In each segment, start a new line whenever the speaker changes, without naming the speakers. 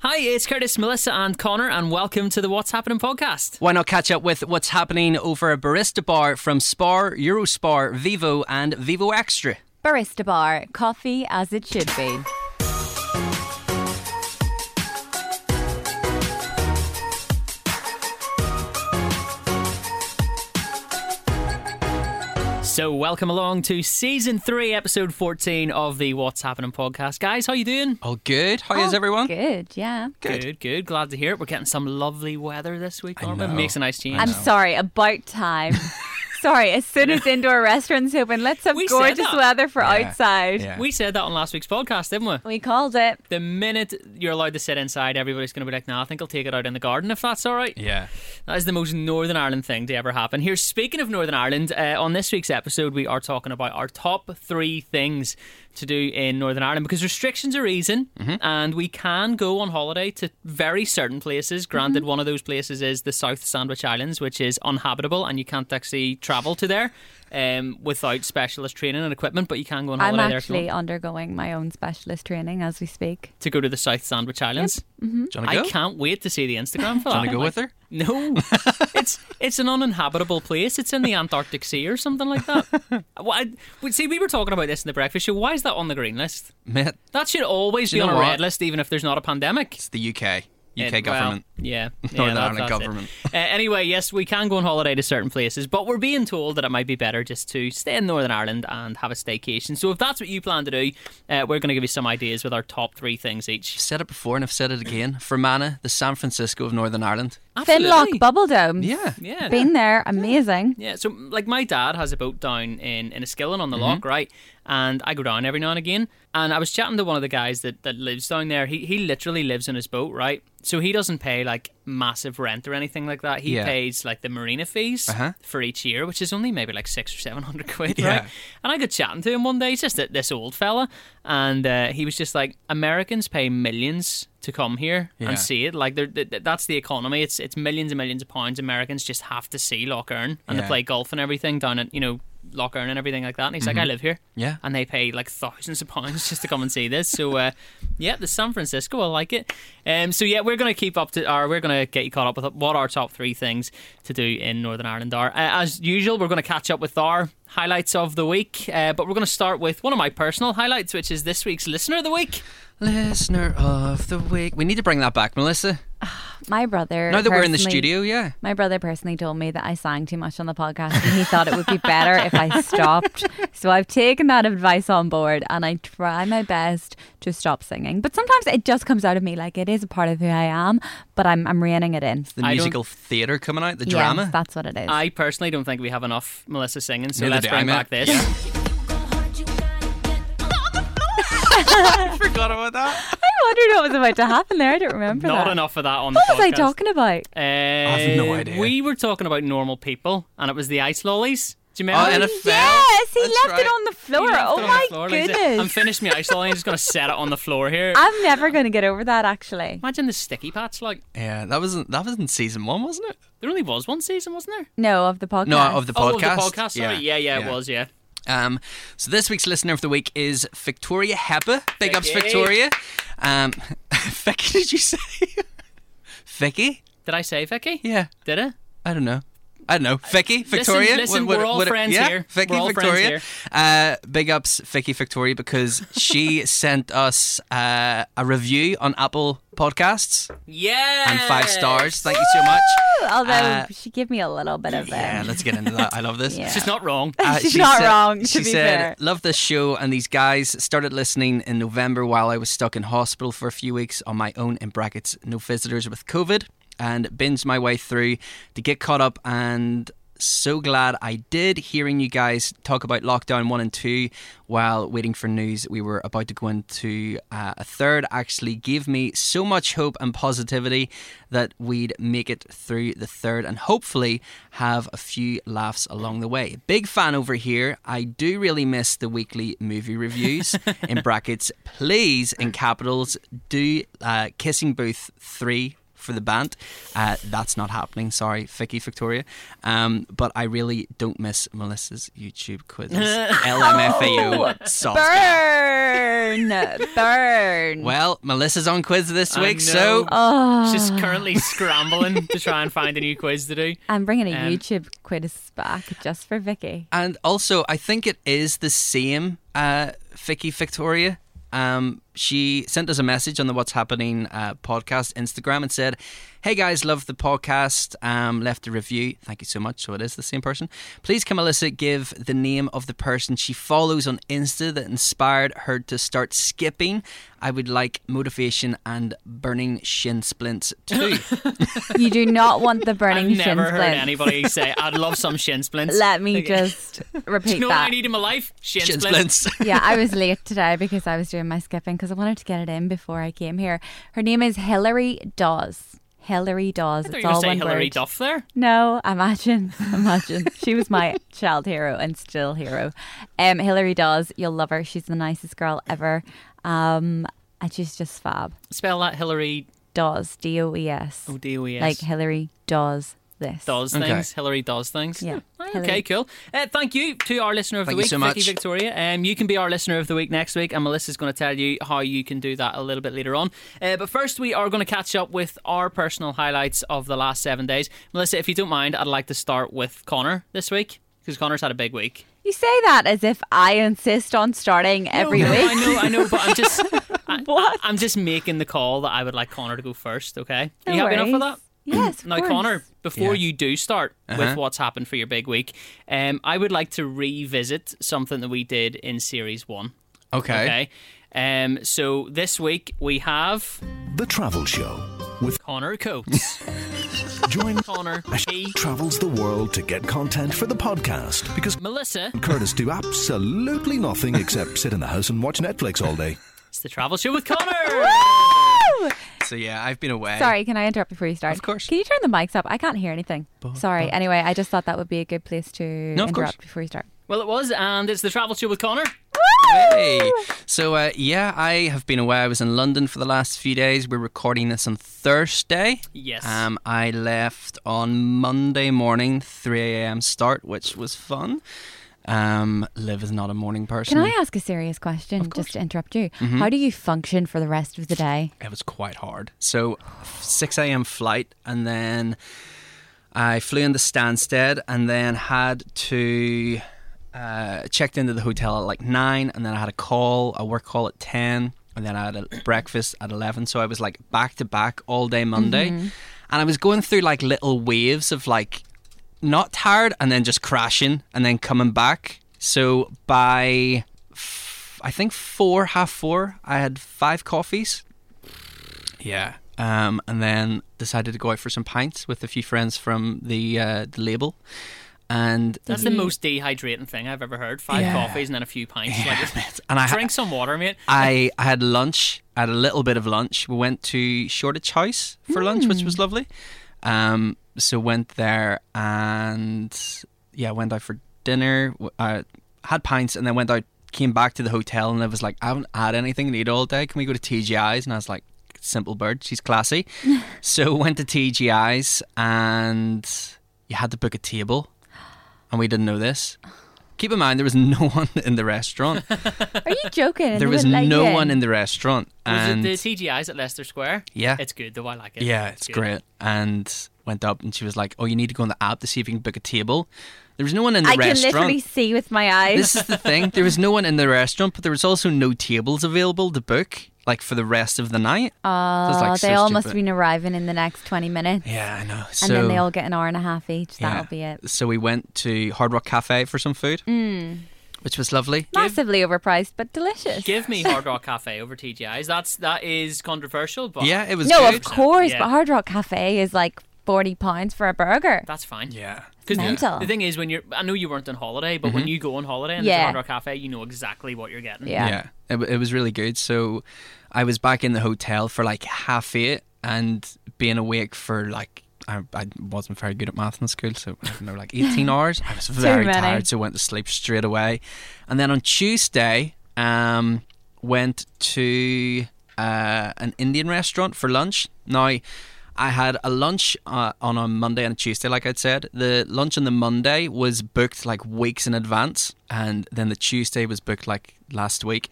Hi, it's Curtis, Melissa, and Connor, and welcome to the What's Happening podcast.
Why not catch up with what's happening over at Barista Bar from Spar, Eurospar, Vivo, and Vivo Extra?
Barista Bar, coffee as it should be.
So, welcome along to season three, episode fourteen of the What's Happening podcast, guys. How you doing?
All good. How is everyone?
Oh, Good, yeah.
Good, good. Glad to hear it. We're getting some lovely weather this week, aren't we?
know.
Makes a nice change.
I'm sorry, about time. sorry, as soon as indoor restaurants open, let's have
We said
gorgeous
that.
weather for outside.
yeah.
we said that on last week's podcast, didn't we?
We called it.
The minute you're allowed to sit inside, everybody's going to be like, "Nah, I think I'll take it out in the garden if that's all right."
Yeah.
That is the most Northern Ireland thing to ever happen. Here, speaking of Northern Ireland, uh, on this week's episode, we are talking about our top three things to do in Northern Ireland because restrictions are easing
Mm-hmm.
and we can go on holiday to very certain places. Granted,
Mm-hmm.
one of those places is the South Sandwich Islands, which is uninhabitable and you can't actually travel to there um, without specialist training and equipment, but you can go on
I'm
holiday there if you
actually
want,
undergoing my own specialist training as we speak.
to go to the South Sandwich Islands.
Do you want
I
to go?
can't wait to see the Instagram for
Do
that.
you want to go with her?
No, it's it's an uninhabitable place. It's in the Antarctic Sea or something like that. well, I, we- see, we were talking about this in the breakfast show. Why is that on the green list?
Mate,
That should always
Do
be
you
on
know
a red
what?
list, even if there's not a pandemic.
it's the UK. UK
It- well,
government.
yeah, yeah,
Northern
that-
Ireland
that's it.
government.
Uh, anyway, yes, we can go on holiday to certain places, but we're being told that it might be better just to stay in Northern Ireland and have a staycation. So if that's what you plan to do, uh, we're going to give you some ideas with our top three things each.
I've said it before and I've said it again. Fermanagh, the San Francisco of Northern Ireland.
Absolutely.
Finlock Bubble Dome.
Yeah.
Yeah.
Been there, amazing.
Yeah, so like my dad has a boat down in in Enniskillen on the
Mm-hmm.
lock, right? And I go down every now and again. And I was chatting to one of the guys that, that lives down there. He he literally lives in his boat, right? So he doesn't pay like massive rent or anything like that. He
Yeah.
pays like the marina fees
Uh-huh.
for each year, which is only maybe like six or seven hundred quid,
Yeah.
right? And I got chatting to him one day. He's just a, this old fella, and uh, he was just like, "Americans pay millions to come here
Yeah.
and see it. Like, they're, th th- that's the economy. It's it's millions and millions of pounds. Americans just have to see Loch Earn and
Yeah.
they play golf and everything down at you know Loch Earn and everything like that. And he's
Mm-hmm.
like, I live here,
Yeah.
and they pay like thousands of pounds just to come and see this. So, uh, yeah, the San Francisco, I like it. Um, so yeah, we're gonna keep up to, or we're gonna get you caught up with what our top three things to do in Northern Ireland are. Uh, as usual, we're gonna catch up with our highlights of the week, uh, but we're gonna start with one of my personal highlights, which is this week's listener of the week.
Listener of the week. We need to bring that back, Melissa.
My brother.
Now that we're in the
personally-
studio, yeah.
My brother personally told me that I sang too much on the podcast and he thought it would be better if I stopped. So I've taken that advice on board and I try my best to stop singing. But sometimes it just comes out of me like it is a part of who I am, but I'm, I'm reining it in.
The
I don't-
musical theatre coming out, the
Yes,
drama.
that's what it is.
I personally don't think we have enough Melissa singing, so
Neither
let's
do I,
bring
mate.
back this.
I forgot about that.
I wondered what was about to happen there. I don't remember
Not
that.
enough of that on the
What
podcast.
was I talking about?
Uh,
have no idea.
We were talking about normal people, and it was the ice lollies. Do you remember?
Oh, and a fell.
Yes, he
That's
left it
right.
on the floor.
He left
Oh
it on
my
the floor, like,
goodness.
I'm finished my ice lolly. I'm just gonna set it on the floor here.
I'm never going to get over that, actually.
Imagine the sticky patch. Like
Yeah, that wasn't that was in season one, wasn't it?
there only was one season, wasn't there?
No, of the podcast.
No, of the
Oh,
podcast.
of the podcast. Sorry. Yeah, yeah, it was. Yeah.
Um, so this week's listener of the week is Victoria Heppe. Big ups,
Vicky.
Victoria. Um, Vicky, did you say? Vicky?
Did I say Vicky?
Yeah,
Did I?
I don't know. I don't know. Vicky, Victoria.
listen, we're all friends
yeah,
here.
Vicky,
We're all friends
Victoria.
here.
Uh, big ups, Vicky, Victoria, because she sent us uh, a review on Apple Podcasts
Yeah.
and five stars. Thank you so much.
Although
Uh,
she gave me a little bit of
Yeah,
it.
let's get into that. I love this.
Yeah.
She's not wrong.
Uh,
She's not
said-
wrong, to
she
be
said,
fair.
"Love this show and these guys. Started listening in November while I was stuck in hospital for a few weeks on my own. In brackets, no visitors with COVID, and binged my way through to get caught up. And so glad I did. Hearing you guys talk about lockdown one and two while waiting for news we were about to go into uh, a third actually gave me so much hope and positivity that we'd make it through the third and hopefully have a few laughs along the way. Big fan over here. I do really miss the weekly movie reviews in brackets. Please, in capitals, do uh, Kissing Booth 3. for the band. Uh, that's not happening. Sorry, Vicky Victoria. Um, but I really don't miss Melissa's YouTube quizzes.
Oh,
LMFAO. Sauce.
Burn, burn.
Well, Melissa's on quiz this
I
week,
know.
so
oh,
She's currently scrambling to try and find a new quiz to do.
I'm bringing a
Um,
YouTube quiz back just for Vicky.
And also, I think it is the same uh, Vicky Victoria. Um, she sent us a message on the What's Happening uh, podcast Instagram and said, Hey guys, love the podcast. Um, left a review. Thank you so much. So it is the same person. Please can Melissa give the name of the person she follows on Insta that inspired her to start skipping? I would like motivation and burning shin splints too.
You do not want the burning
I've
shin
never heard
splints.
anybody say, I'd love some shin splints.
Let me
Like,
just repeat
You know what
that.
I need in my life? Shin,
shin
splints.
splints.
yeah, I was late today because I was doing my skipping because I wanted to get it in before I came here. Her name is Hilary Dawes. Hilary Dawes.
I thought
It's
you were
all
saying
one
Hillary
word.
Duff there.
No, imagine, imagine. she was my child hero and still hero. Um, Hilary Dawes, you'll love her. She's the nicest girl ever, um, and she's just fab.
Spell that Hillary
Dawes, D O E S,
Oh, D O E S.
like Hilary does this.
does
Okay.
things. Hillary does things. Oh,
Yeah.
Okay,
Hillary.
cool. Uh, thank you to our listener of
Thank
the
you
week,
so
Vicky
much.
Victoria. Um, you can be our listener of the week next week, and Melissa's going to tell you how you can do that a little bit later on. Uh, but first, we are going to catch up with our personal highlights of the last seven days. Melissa, if you don't mind, I'd like to start with Connor this week because Connor's had a big week.
You say that as if I insist on starting every
No,
week.
I know, I know, but I'm just. I,
What?
I'm just making the call that I would like Connor to go first. Okay, you happy enough with that?
Yes. Of
Now,
course.
Connor, before
Yeah.
you do start
Uh-huh.
with what's happened for your big week, um, I would like to revisit something that we did in series one.
Okay.
Okay. Um, so this week we have
The Travel Show with
Connor Coates.
Join
Connor,
as she
he,
travels the world to get content for the podcast because
Melissa.
Curtis do absolutely nothing except sit in the house and watch Netflix all day.
It's the travel show with Connor.
Woo!
So yeah, I've been away.
Sorry, can I interrupt before you start?
Of course.
Can you turn the mics up? I can't hear anything. Sorry. Anyway, I just thought that would be a good place to
of
interrupt
course.
before you start.
well, it was, and it's the travel show with Connor.
Hey. So uh, yeah, I have been away. I was in London for the last few days. We're recording this on Thursday.
Yes.
Um, I left on Monday morning, 3 a.m. start, which was fun. Um, Liv is not a morning person.
Can I ask a serious question just to interrupt you?
Mm-hmm.
How do you function for the rest of the day?
It was quite hard. So 6 a.m. flight, and then I flew into Stansted, and then had to uh, checked into the hotel at like nine, and then I had a call, a work call at ten, and then I had a breakfast at eleven. So I was like back to back all day Monday, and I was going through like little waves of like not tired, and then just crashing, and then coming back. So by f- I think four, half four, I had five coffees. Yeah. Um, and then decided to go out for some pints with a few friends from the uh, the label, and
That's the most dehydrating thing I've ever heard. Five
Yeah.
coffees and then a few pints. Like,
and I
drink some water, mate.
I I had lunch. I had a little bit of lunch. We went to Shoreditch House for lunch, which was lovely. Um, so went there and yeah, went out for dinner. w- Uh, had pints and then went out. Came back to the hotel and I was like, I haven't had anything to eat all day. Can we go to TGI's? And I was like, Simple bird, she's classy. so went to TGI's and you had to book a table, and we didn't know this. Keep in mind there was no one in the restaurant.
Are you joking? And
There
they
was
wouldn't let
no
you in?
one in the restaurant,
Was it
and
the TGI's at Leicester Square?
Yeah.
It's good though. I like it.
yeah, it's
good.
great. And went up, and she was like, "Oh, you need to go on the app to see if you can book a table." There was no one in the
I can
restaurant.
literally see with my eyes.
This is the thing. There was no one in the restaurant, but there was also no tables available to book, like for the rest of the night.
oh,
it's like
they
so
all must have
stupid.
been arriving in the next 20 minutes.
yeah, I know. So,
And then they all get an hour and a half each. That'll be it. Mm.
So we went to Hard Rock Cafe for some food, which was lovely.
Massively overpriced, but delicious.
Give me Hard Rock Cafe over TGI's. That's that is controversial, but
Yeah, it was
no,
good.
of course,
Yeah.
but Hard Rock Cafe is like 40 pounds for a burger.
that's fine.
Yeah,
Because
Mental.
the thing is, when you're, I know you weren't on holiday, but
Mm-hmm.
when you go on holiday and there's
Yeah.
a Hard Rock Cafe, you know exactly what you're getting.
Yeah.
Yeah, it, wa- it was really good. So I was back in the hotel for like half eight and being awake for like. I, I wasn't very good at math in school, so I don't know, like 18 hours. I was very
many.
tired, so went to sleep straight away. And then on Tuesday, um, went to uh, an Indian restaurant for lunch. Now, I had a lunch uh, on a Monday and a Tuesday, like I'd said. The lunch on the Monday was booked like weeks in advance, and then the Tuesday was booked like last week.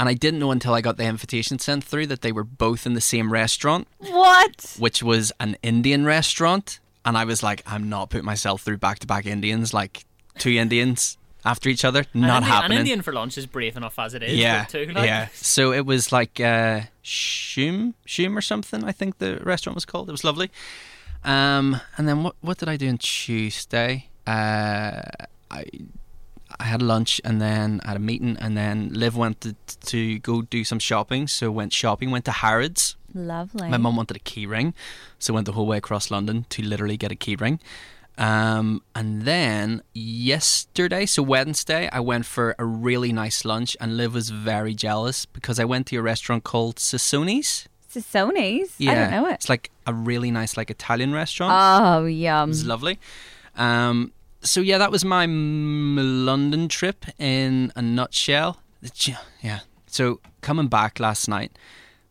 And I didn't know until I got the invitation sent through that they were both in the same restaurant,
What?
which was an Indian restaurant. And I was like, I'm not putting myself through back to back Indians, like two Indians after each other. Not
an, Indi-
happening.
An Indian for lunch is brave enough as it is.
Yeah,
but Too, like,
yeah. So it was like uh, Shum, Shum or something. I think the restaurant was called. It was lovely. Um, and then what what did I do on Tuesday? Uh, I I had lunch and then I had a meeting and then Liv went to, to go do some shopping. So went shopping. Went to Harrods.
Lovely.
My mum wanted a key ring, so went the whole way across London to literally get a key ring. Um, and then yesterday, so Wednesday, I went for a really nice lunch, and Liv was very jealous because I went to a restaurant called Sassooni's.
Sassonis? I don't know it.
It's like a really nice, like Italian restaurant.
Oh,
it
yum.
was lovely. Um, so yeah, that was my mm, London trip in a nutshell. The j- Yeah. So coming back last night,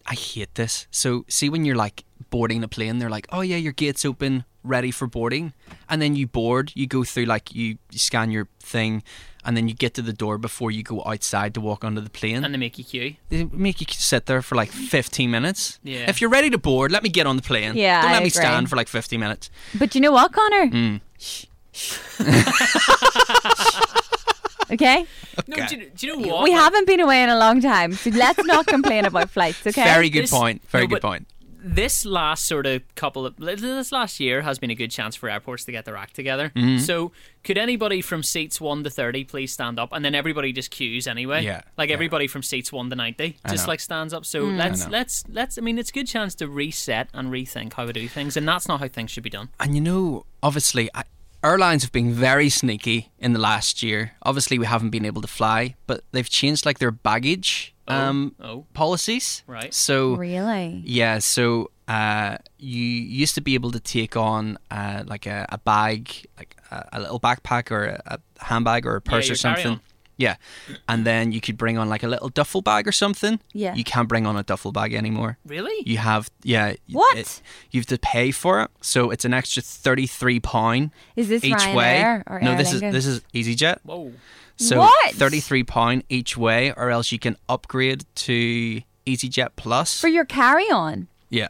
I hate this. So see when you're like boarding a plane, they're like, "Oh yeah, your gate's open, ready for boarding," and then you board. You go through like you, you scan your thing, and then you get to the door before you go outside to walk onto the plane.
And they make you queue.
they make you sit there for like 15 minutes.
Yeah.
If you're ready to board, let me get on the plane.
Yeah,
Don't let
I
me
agree.
stand for like 50 minutes.
But you know what, Connor?
Mm.
Shh. Shh. okay?
No, do, you- do you know what?
We
Like,
haven't been away in a long time, so let's not complain about flights, okay?
Very good
This-
point. Very
no,
good
but-
point.
this last sort of couple of this last year has been a good chance for airports to get their act together.
Mm-hmm.
So could anybody from seats one to thirty please stand up, and then everybody just queues anyway.
Yeah,
like
yeah.
everybody from seats one to ninety
I
just
know.
like stands up.
Mm.
So let's
know.
let's let's. I mean, it's a good chance to reset and rethink how we do things, and that's not how things should be done.
And you know, obviously, I, airlines have been very sneaky in the last year. Obviously, we haven't been able to fly, but they've changed like their baggage um,
oh.
policies.
Right.
So
Really?
yeah, so uh, you used to be able to take on uh, like a, a bag, like a, a little backpack or a, a handbag or a purse
your
or something.
carry-on.
Yeah, and then you could bring on like a little duffel bag or something.
Yeah.
you can't bring on a duffel bag anymore.
Really?
You have yeah.
What?
it- you have to pay for it, so it's an extra thirty three pound.
Is this
each
Ryanair
way?
or
no,
Aer
this is
Lingus?
this is EasyJet.
Whoa.
So
What?
thirty three pound each way, or else you can upgrade to EasyJet Plus.
For your carry on.
yeah.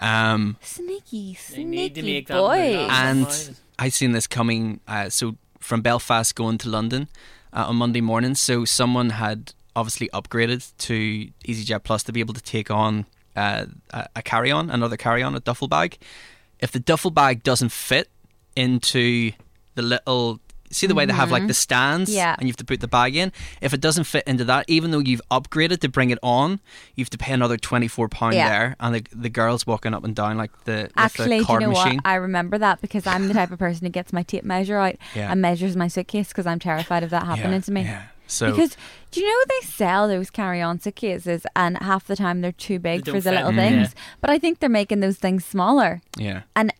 Um,
Sneaky, sneaky
They need to make that
boy.
move. Ah.
and
Right.
I seen this coming. Uh, so from Belfast going to London uh, on Monday morning. So someone had obviously upgraded to EasyJet Plus to be able to take on uh, a a carry-on, another carry-on, a duffel bag. If the duffel bag doesn't fit into the little See the way they have like the stands,
Mm-hmm. Yeah.
and you have to put the bag in. If it doesn't fit into that, even though you've upgraded to bring it on, you have to pay another twenty four pound
Yeah.
there. And the, the girls walking up and down like the with
Actually,
the
do you
card
know
machine.
what? I remember that because I'm the type of person who gets my tape measure out
Yeah.
and measures my suitcase because I'm terrified of that happening to me.
Yeah. So
because do you know they sell those carry-on suitcases and half the time they're too big
They
for
don't
the
fit.
little
Mm.
things.
Yeah.
But I think they're making those things smaller.
yeah.
And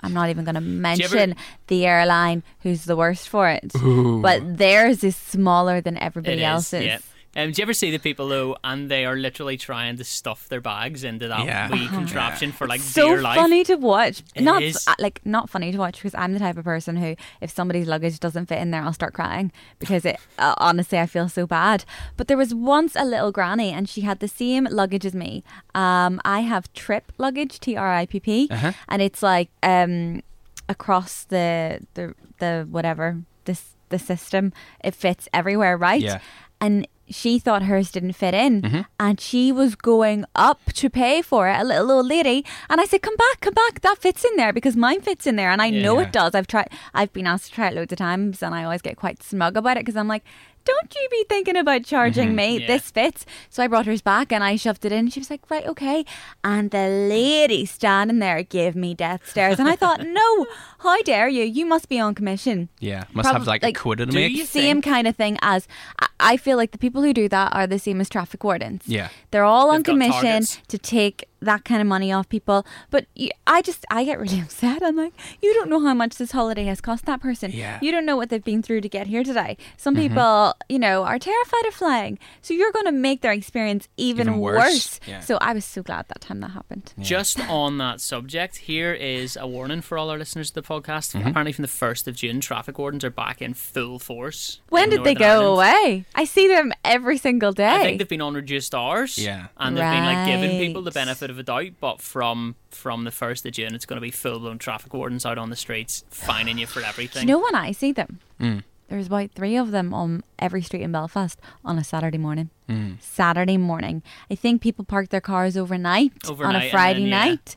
I'm not even going to
ever-
mention the airline who's the worst for it. But theirs is smaller than everybody
It is,
else's.
Yeah. Um, do you ever see the people though, and they are literally trying to stuff their bags into that
Yeah.
wee contraption for like
so
dear life?
funny to watch.
It
not
is.
uh, like not funny to watch because I'm the type of person who, if somebody's luggage doesn't fit in there, I'll start crying because it. Uh, honestly, I feel so bad. But there was once a little granny, and she had the same luggage as me. Um, I have trip luggage, T R I P P,
Uh-huh.
and it's like um, across the the the whatever this the system. It fits everywhere, right?
Yeah. Mm-hmm.
and she thought hers didn't fit in and she was going up to pay for it a little old lady and i said come back come back that fits in there because mine fits in there and i know
Yeah.
it does i've tried i've been asked to try it loads of times and i always get quite smug about it because i'm like don't you be thinking about charging
Mm-hmm.
me
Yeah.
this fits so i brought hers back and i shoved it in she was like right okay and the lady standing there gave me death stares and i thought no how dare you you must be on commission
Yeah. Must have
Probab-
like,
like,
a quid in a
do
make.
you-
same
think?
kind of thing as I- I feel like the people who do that are the same as traffic wardens.
Yeah.
They're all on
They've got
commission
targets.
to take that kind of money off people. But you, I just, I get really upset. I'm like, you don't know how much this holiday has cost that person.
Yeah.
You don't know what they've been through to get here today. Some
Mm-hmm.
people, you know, are terrified of flying. So you're going to make their experience even,
Even worse.
worse.
Yeah.
So I was so glad that time that happened.
Just on that subject, here is a warning for all our listeners to the podcast. Apparently, from the 1st of June, traffic wardens are back in full force.
When
in
did they
Northern
go
Ireland.
away? I see them every single day.
I think they've been on reduced hours.
Yeah.
And they've been like giving people the
Right.
benefit of a doubt, but from from the 1st of June, it's going to be full blown traffic wardens out on the streets, fining you for
Do
everything.
you know when I see them?
Mm.
There's about three of them on every street in Belfast on a Saturday morning.
Mm.
Saturday morning. I think people park their cars overnight,
Overnight
on
and
a Friday
then, yeah.
night.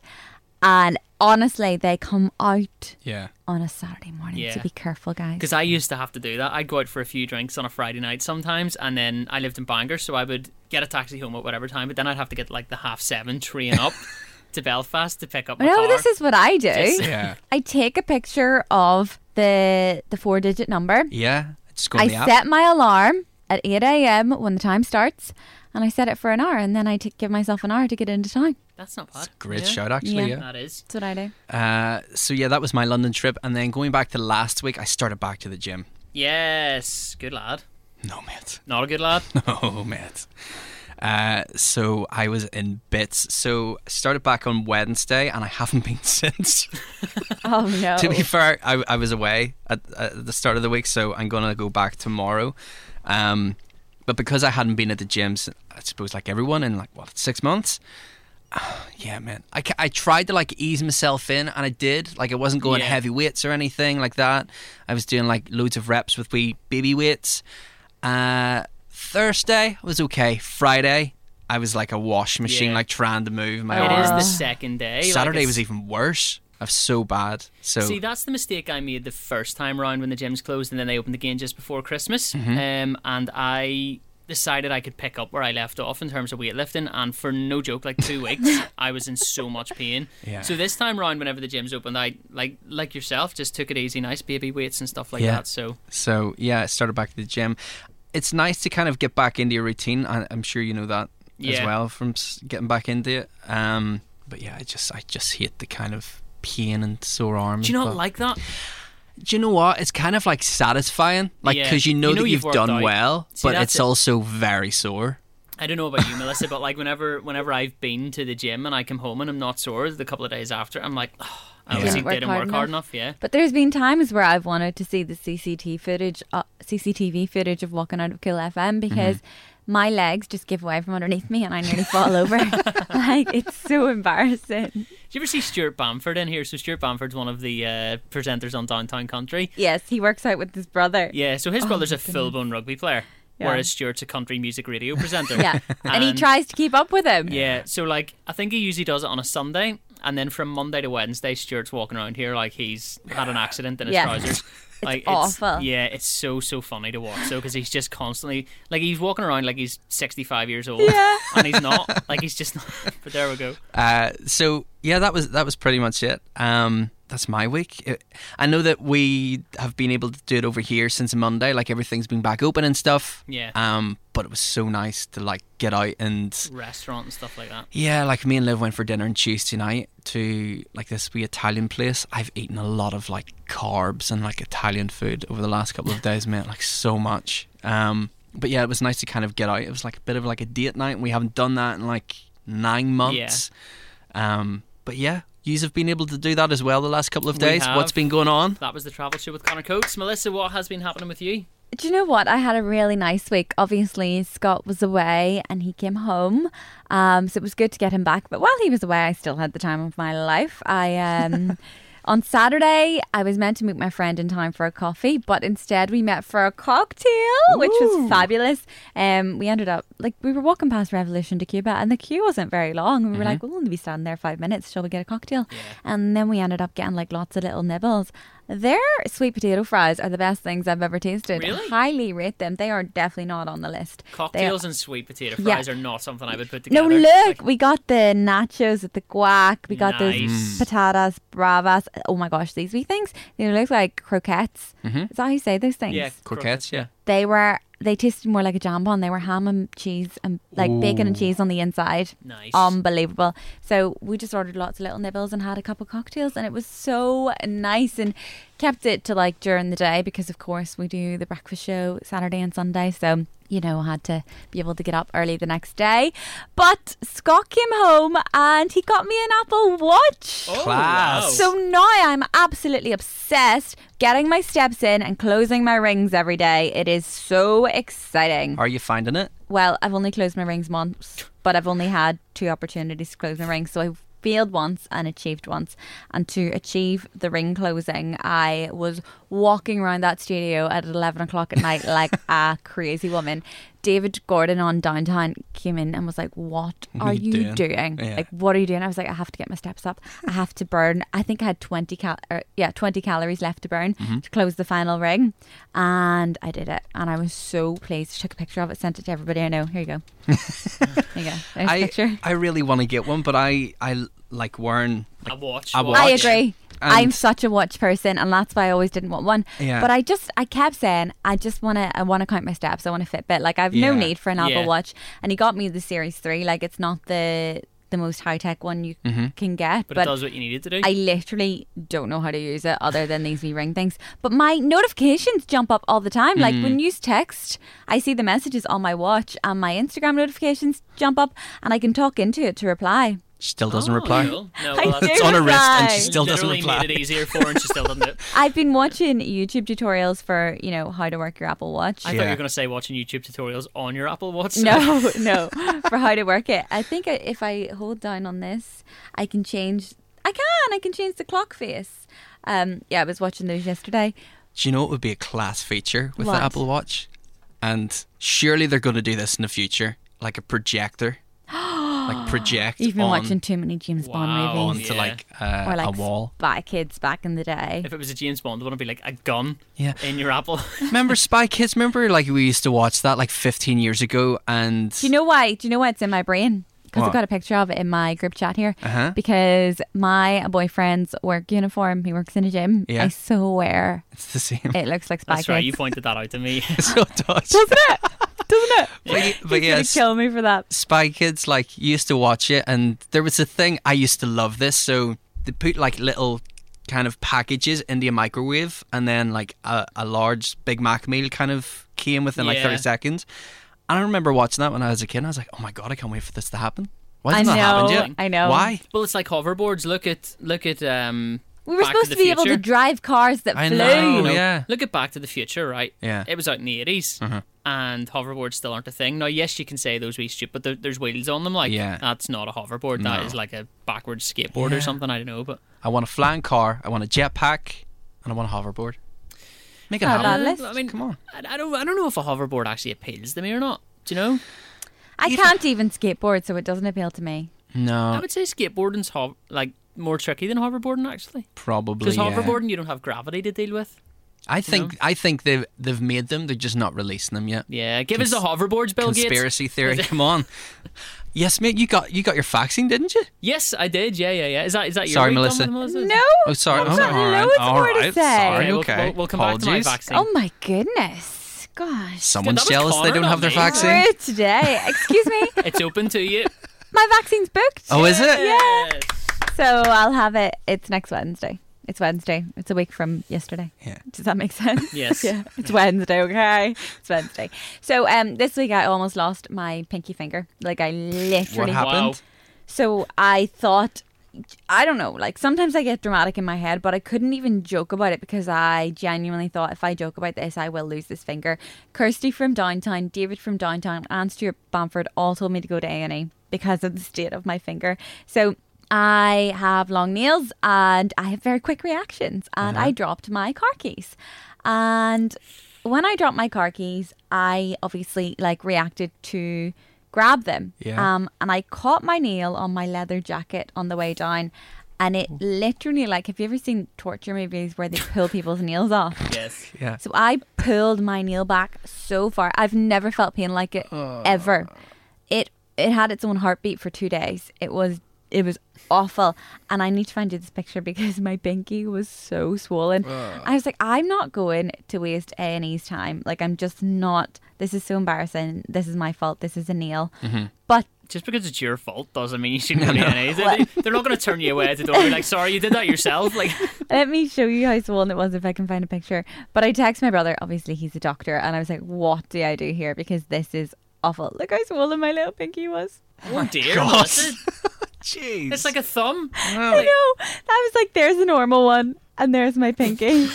And honestly, they come out
Yeah.
on a Saturday morning. So
Yeah.
be careful, guys.
Because I used to have to do that. I'd go out for a few drinks on a Friday night sometimes, and then I lived in Bangor, so I would get a taxi home at whatever time, but then I'd have to get like the half seven train up to Belfast to pick up my
No,
car.
this is what I do.
Just-
Yeah.
I take a picture of the the four digit number.
Yeah. It's going
I
the app.
set my alarm at 8 a.m. when the time starts, and I set it for an hour, and then I t- give myself an hour to get into town.
That's not bad.
Great
Yeah.
shout, actually. Yeah.
Yeah.
That is.
That's what I do.
Uh, so yeah, that was my London trip, and then going back to last week, I started back to the gym.
Yes. Good lad.
No, mate.
Not a good lad.
Oh, mate. Uh, so I was in bits. So I started back on Wednesday, and I haven't been since.
Oh no!
to be fair, I, I was away at, at the start of the week, so I'm gonna go back tomorrow. Um, but because I hadn't been at the gyms, I suppose like everyone in like what six months. Yeah, man. I, ca- I tried to like ease myself in, and I did. Like, I wasn't going
Yeah.
heavy weights or anything like that. I was doing like loads of reps with wee baby weights. Uh, Thursday was okay. Friday, I was like a wash machine,
Yeah.
like trying to move my
It is
arms.
the second day. like,
Saturday
it's-
was even worse. I was so bad. So
See, that's the mistake I made the first time round when the gyms closed and then they opened again just before Christmas.
Mm-hmm.
Um, and I decided I could pick up where I left off in terms of weightlifting. And for no joke, like two weeks, I was in so much pain.
Yeah.
So this time round, whenever the gyms opened, I like like yourself, just took it easy, nice baby weights and stuff like
Yeah.
that. So
So yeah, I started back at the gym. It's nice to kind of get back into your routine. I, I'm sure you know that as
Yeah.
well from s- getting back into it. Um, but yeah, I just I just hate the kind of pain and sore arms.
do you not
but-
like that?
Do you know what? It's kind of like satisfying, like
Yeah.
because you know
You know
that
you've
you've,
worked
done
out.
well,
See,
but
that's
it's
it.
also very sore.
I don't know about you, Melissa, but like whenever whenever I've been to the gym and I come home and I'm not sore, the couple of days after, I'm like, oh, I
Yeah.
obviously
Didn't work
didn't
hard
work hard enough. Yeah.
But there's been times where I've wanted to see the CCTV footage, uh, CCTV footage of walking out of Kill FM because my legs just give way from underneath me and I nearly fall over. like it's so embarrassing.
Did you ever see Stuart Bamford in here? So Stuart Bamford's one of the uh, presenters on Downtown Country.
Yes, he works out with his brother.
Yeah, so his brother's
Oh my
a full blown rugby player,
Yeah.
whereas Stuart's a country music radio presenter.
Yeah, and he
And-
tries to keep up with him.
Yeah, so like I think he usually does it on a Sunday, and then from Monday to Wednesday, Stuart's walking around here like he's had an accident in his
Yeah.
trousers. Like,
awful.
yeah, it's so so funny to watch though because he's just constantly like he's walking around like he's sixty five years old,
Yeah.
and he's not. Like he's just not. But there we go.
Uh, so yeah, that was that was pretty much it. Um, that's my week. It, I know that we have been able to do it over here since Monday. Like everything's been back open and stuff.
Yeah.
Um, but it was so nice to like get out and
Restaurant and stuff like that.
yeah, like me and Liv went for dinner on Tuesday night to like this wee Italian place. I've eaten a lot of like carbs and like Italian food over the last couple of days, mate. Like so much. Um, but yeah, it was nice to kind of get out. It was like a bit of like a date night, and we haven't done that in like nine months. Um, but yeah, yous have been able to do that as well the last couple of
We
days.
have.
What's been going on?
That was the travel show with Connor Coates. Melissa, what has been happening with you?
Do you know what? I had a really nice week. Obviously, Scott was away and he came home. Um, so it was good to get him back. But while he was away, I still had the time of my life. I um, on Saturday, I was meant to meet my friend in time for a coffee, but instead we met for a cocktail, which was fabulous. Um, we ended up like we were walking past Revolution to Cuba, and the queue wasn't very long. We were like, we'll only be standing there five minutes. Shall we get a cocktail? And then we ended up getting like lots of little nibbles. Their sweet potato fries are the best things I've ever tasted.
Really?
Highly rate them. They are definitely not on the list. They are-
Cocktails and sweet potato
Yeah.
fries are not something I would put
no,
together.
look, we got the nachos with the guac. We got
Nice.
those patatas bravas. Oh my gosh, these wee things. They look like croquettes. Is that how you say those things?
Yeah,
Croquettes, yeah.
They were they tasted more like a jambon. They were ham and cheese and like bacon and cheese on the inside.
Nice.
Um, Unbelievable. So we just ordered lots of little nibbles and had a couple cocktails and it was so nice and kept it to like during the day because of course we do the breakfast show Saturday and Sunday. So you know, I had to be able to get up early the next day. But Scott came home and he got me an Apple Watch.
Oh,
Class.
wow.
So now I'm absolutely obsessed getting my steps in and closing my rings every day. It is so exciting.
Are you finding it?
Well, I've only closed my rings once, but I've only had two opportunities to close my rings. So I failed once and achieved once. And to achieve the ring closing, I was walking around that studio at 11 o'clock at night like a crazy woman. David Gordon on Downtown came in and was like, What are
doing?"
you doing?
Yeah.
Like, what are you doing? I was like, I have to get my steps up. I have to burn. I think I had 20 cal- er, yeah, 20 calories left to burn
Mm-hmm.
to close the final ring. And I did it. And I was so pleased. took a picture of it, sent it to everybody I know. Here you go. there you go. There's a picture.
I really want to get one, but I I like wearing.
A watch.
A
I
watch.
agree.
And-
I'm such a watch person, and that's why I always didn't want one.
Yeah.
But I just, I kept saying, I just want to, I want to count my steps. I want a Fitbit. Like I've no
Yeah.
need for an Apple
Yeah.
Watch. And he got me the Series Three. Like it's not the the most high tech one you
Mm-hmm.
can get,
But, it does what you needed to do.
I literally don't know how to use it other than these wee ring things. But my notifications jump up all the time. Like
Mm.
when you text, I see the messages on my watch and my Instagram notifications jump up and I can talk into it to reply.
She still doesn't
Oh,
reply.
cool. No,
I
well, that's
It's on her wrist, and
reply.
she still doesn't
literally
reply.
made it easier for her, and she still doesn't do it.
I've been watching YouTube tutorials for, you know, how to work your Apple Watch.
I thought
Yeah.
you were going to say watching YouTube tutorials on your Apple Watch.
No, no, for how to work it. I think I- if I hold down on this, I can change. I can. I can change the clock face. Um, yeah, I was watching those yesterday.
Do you know it would be a class feature with
What?
the Apple Watch? And surely they're going to do this in the future, like a projector, like project
You've been
on,
watching too many James
Wow.
Bond movies.
onto
Yeah.
like, uh,
or like
a wall.
Spy Kids back in the day.
If it was a James Bond, it would be like a gun
Yeah.
in your Apple.
Remember Spy Kids? Remember like we used to watch that like 15 years ago, and
do you know why? Do you know why it's in my brain? Because
What?
I've got a picture of it in my group chat here.
Uh-huh.
Because my boyfriend's work uniform, he works in a gym.
Yeah.
I swear
it's the same.
it looks like Spy
That's
Kids.
right. You pointed that out to me.
so it does.
Doesn't it? Doesn't it?
But, but
He's gonna
yes,
kill me for that.
Spy Kids, like you used to watch it, and there was a thing I used to love this. So they put like little kind of packages into a microwave, and then like a, a large Big Mac meal kind of came within like
Yeah.
thirty seconds. And I remember watching that when I was a kid. And I was like, oh my god, I can't wait for this to happen. Why
I
hasn't that happened
know,
yet?
I know.
Why?
Well, it's like hoverboards. Look at look at. Um,
We were
Back
supposed
to,
to,
the
be able to
Future.
drive cars that
I
flew.
know.
You know,
Oh, yeah.
Look at Back to the Future, right?
Yeah. Uh-huh.
It was out in the 80s and hoverboards still aren't a thing. Now, yes, you can say those wee stupid, but there, there's wheels on them. Like,
Yeah.
that's not a hoverboard. That is like a backwards skateboard or something. I don't know, but
I want a flying car. I want a jetpack, and I want a hoverboard. Make it
Not
happen.
bad list.
I mean,
Come on.
I, I don't. I don't know if a hoverboard actually appeals to me or not. Do you know?
I can't even skateboard, so it doesn't appeal to me.
I
No,
would say skateboarding's hov- like more tricky than hoverboarding actually.
probably.
Because
yeah.
hoverboarding, you don't have gravity to deal with.
I think I think they've they've made them. They're just not releasing them yet.
Yeah, give us the hoverboards, Bill Gates.
conspiracy theory. Come on. Yes, mate. You got you got your vaccine, didn't you?
Yes, I did. Yeah, yeah, yeah. Is that is that your
Sorry,
week done
Melissa.
with Melissa?
No.
Oh, sorry.
I've
Oh,
got
all right.
loads
All
more to
right.
say.
Sorry.
Okay, we'll-
okay.
we'll- we'll come back to my
Apologies.
vaccine.
Oh my goodness. Gosh.
Someone's
That was
jealous they
Connor,
don't
not
have their
me.
vaccine.
Through today. Excuse me.
It's open to you.
My vaccine's booked.
Oh, is it?
Yeah. So I'll have it. It's next Wednesday. It's Wednesday. It's a week from yesterday.
Yeah.
Does that make sense?
Yes.
yeah. It's Wednesday, okay? It's Wednesday. So um this week I almost lost my pinky finger. Like I
What
literally
Wow.
happened?
So I thought, I don't know, like sometimes I get dramatic in my head, but I couldn't even joke about it because I genuinely thought if I joke about this, I will lose this finger. Kirsty from downtown, David from downtown, and Stuart Bamford all told me to go to A&E because of the state of my finger. So I have long nails and I have very quick reactions, and I dropped my car keys. And when I dropped my car keys, I obviously like reacted to grab them.
Yeah.
Um, and I caught my nail on my leather jacket on the way down. And it literally, like, have you ever seen torture movies where they pull people's nails off?
Yes.
Yeah.
So I pulled my nail back so far. I've never felt pain like it ever. It it had its own heartbeat for two days. It was it was awful. And I need to find you this picture because my pinky was so swollen. I was like, I'm not going to waste A and E's time. Like, I'm just not. This is so embarrassing. This is my fault. This is a nail. But
Just because it's your fault doesn't mean you shouldn't go to A&Es. They, are not going to turn you away at the door. Like, sorry, you did that yourself. Like, oh
Let me show you how swollen it was if I can find a picture. But I text my brother, obviously he's a doctor, and I was like, What do I do here? Because this is awful. Look how swollen my little pinky was.
oh dear,
God.
Melissa.
Jeez.
it's like a thumb.
I know. I was like, there's a normal one, and there's my pinky.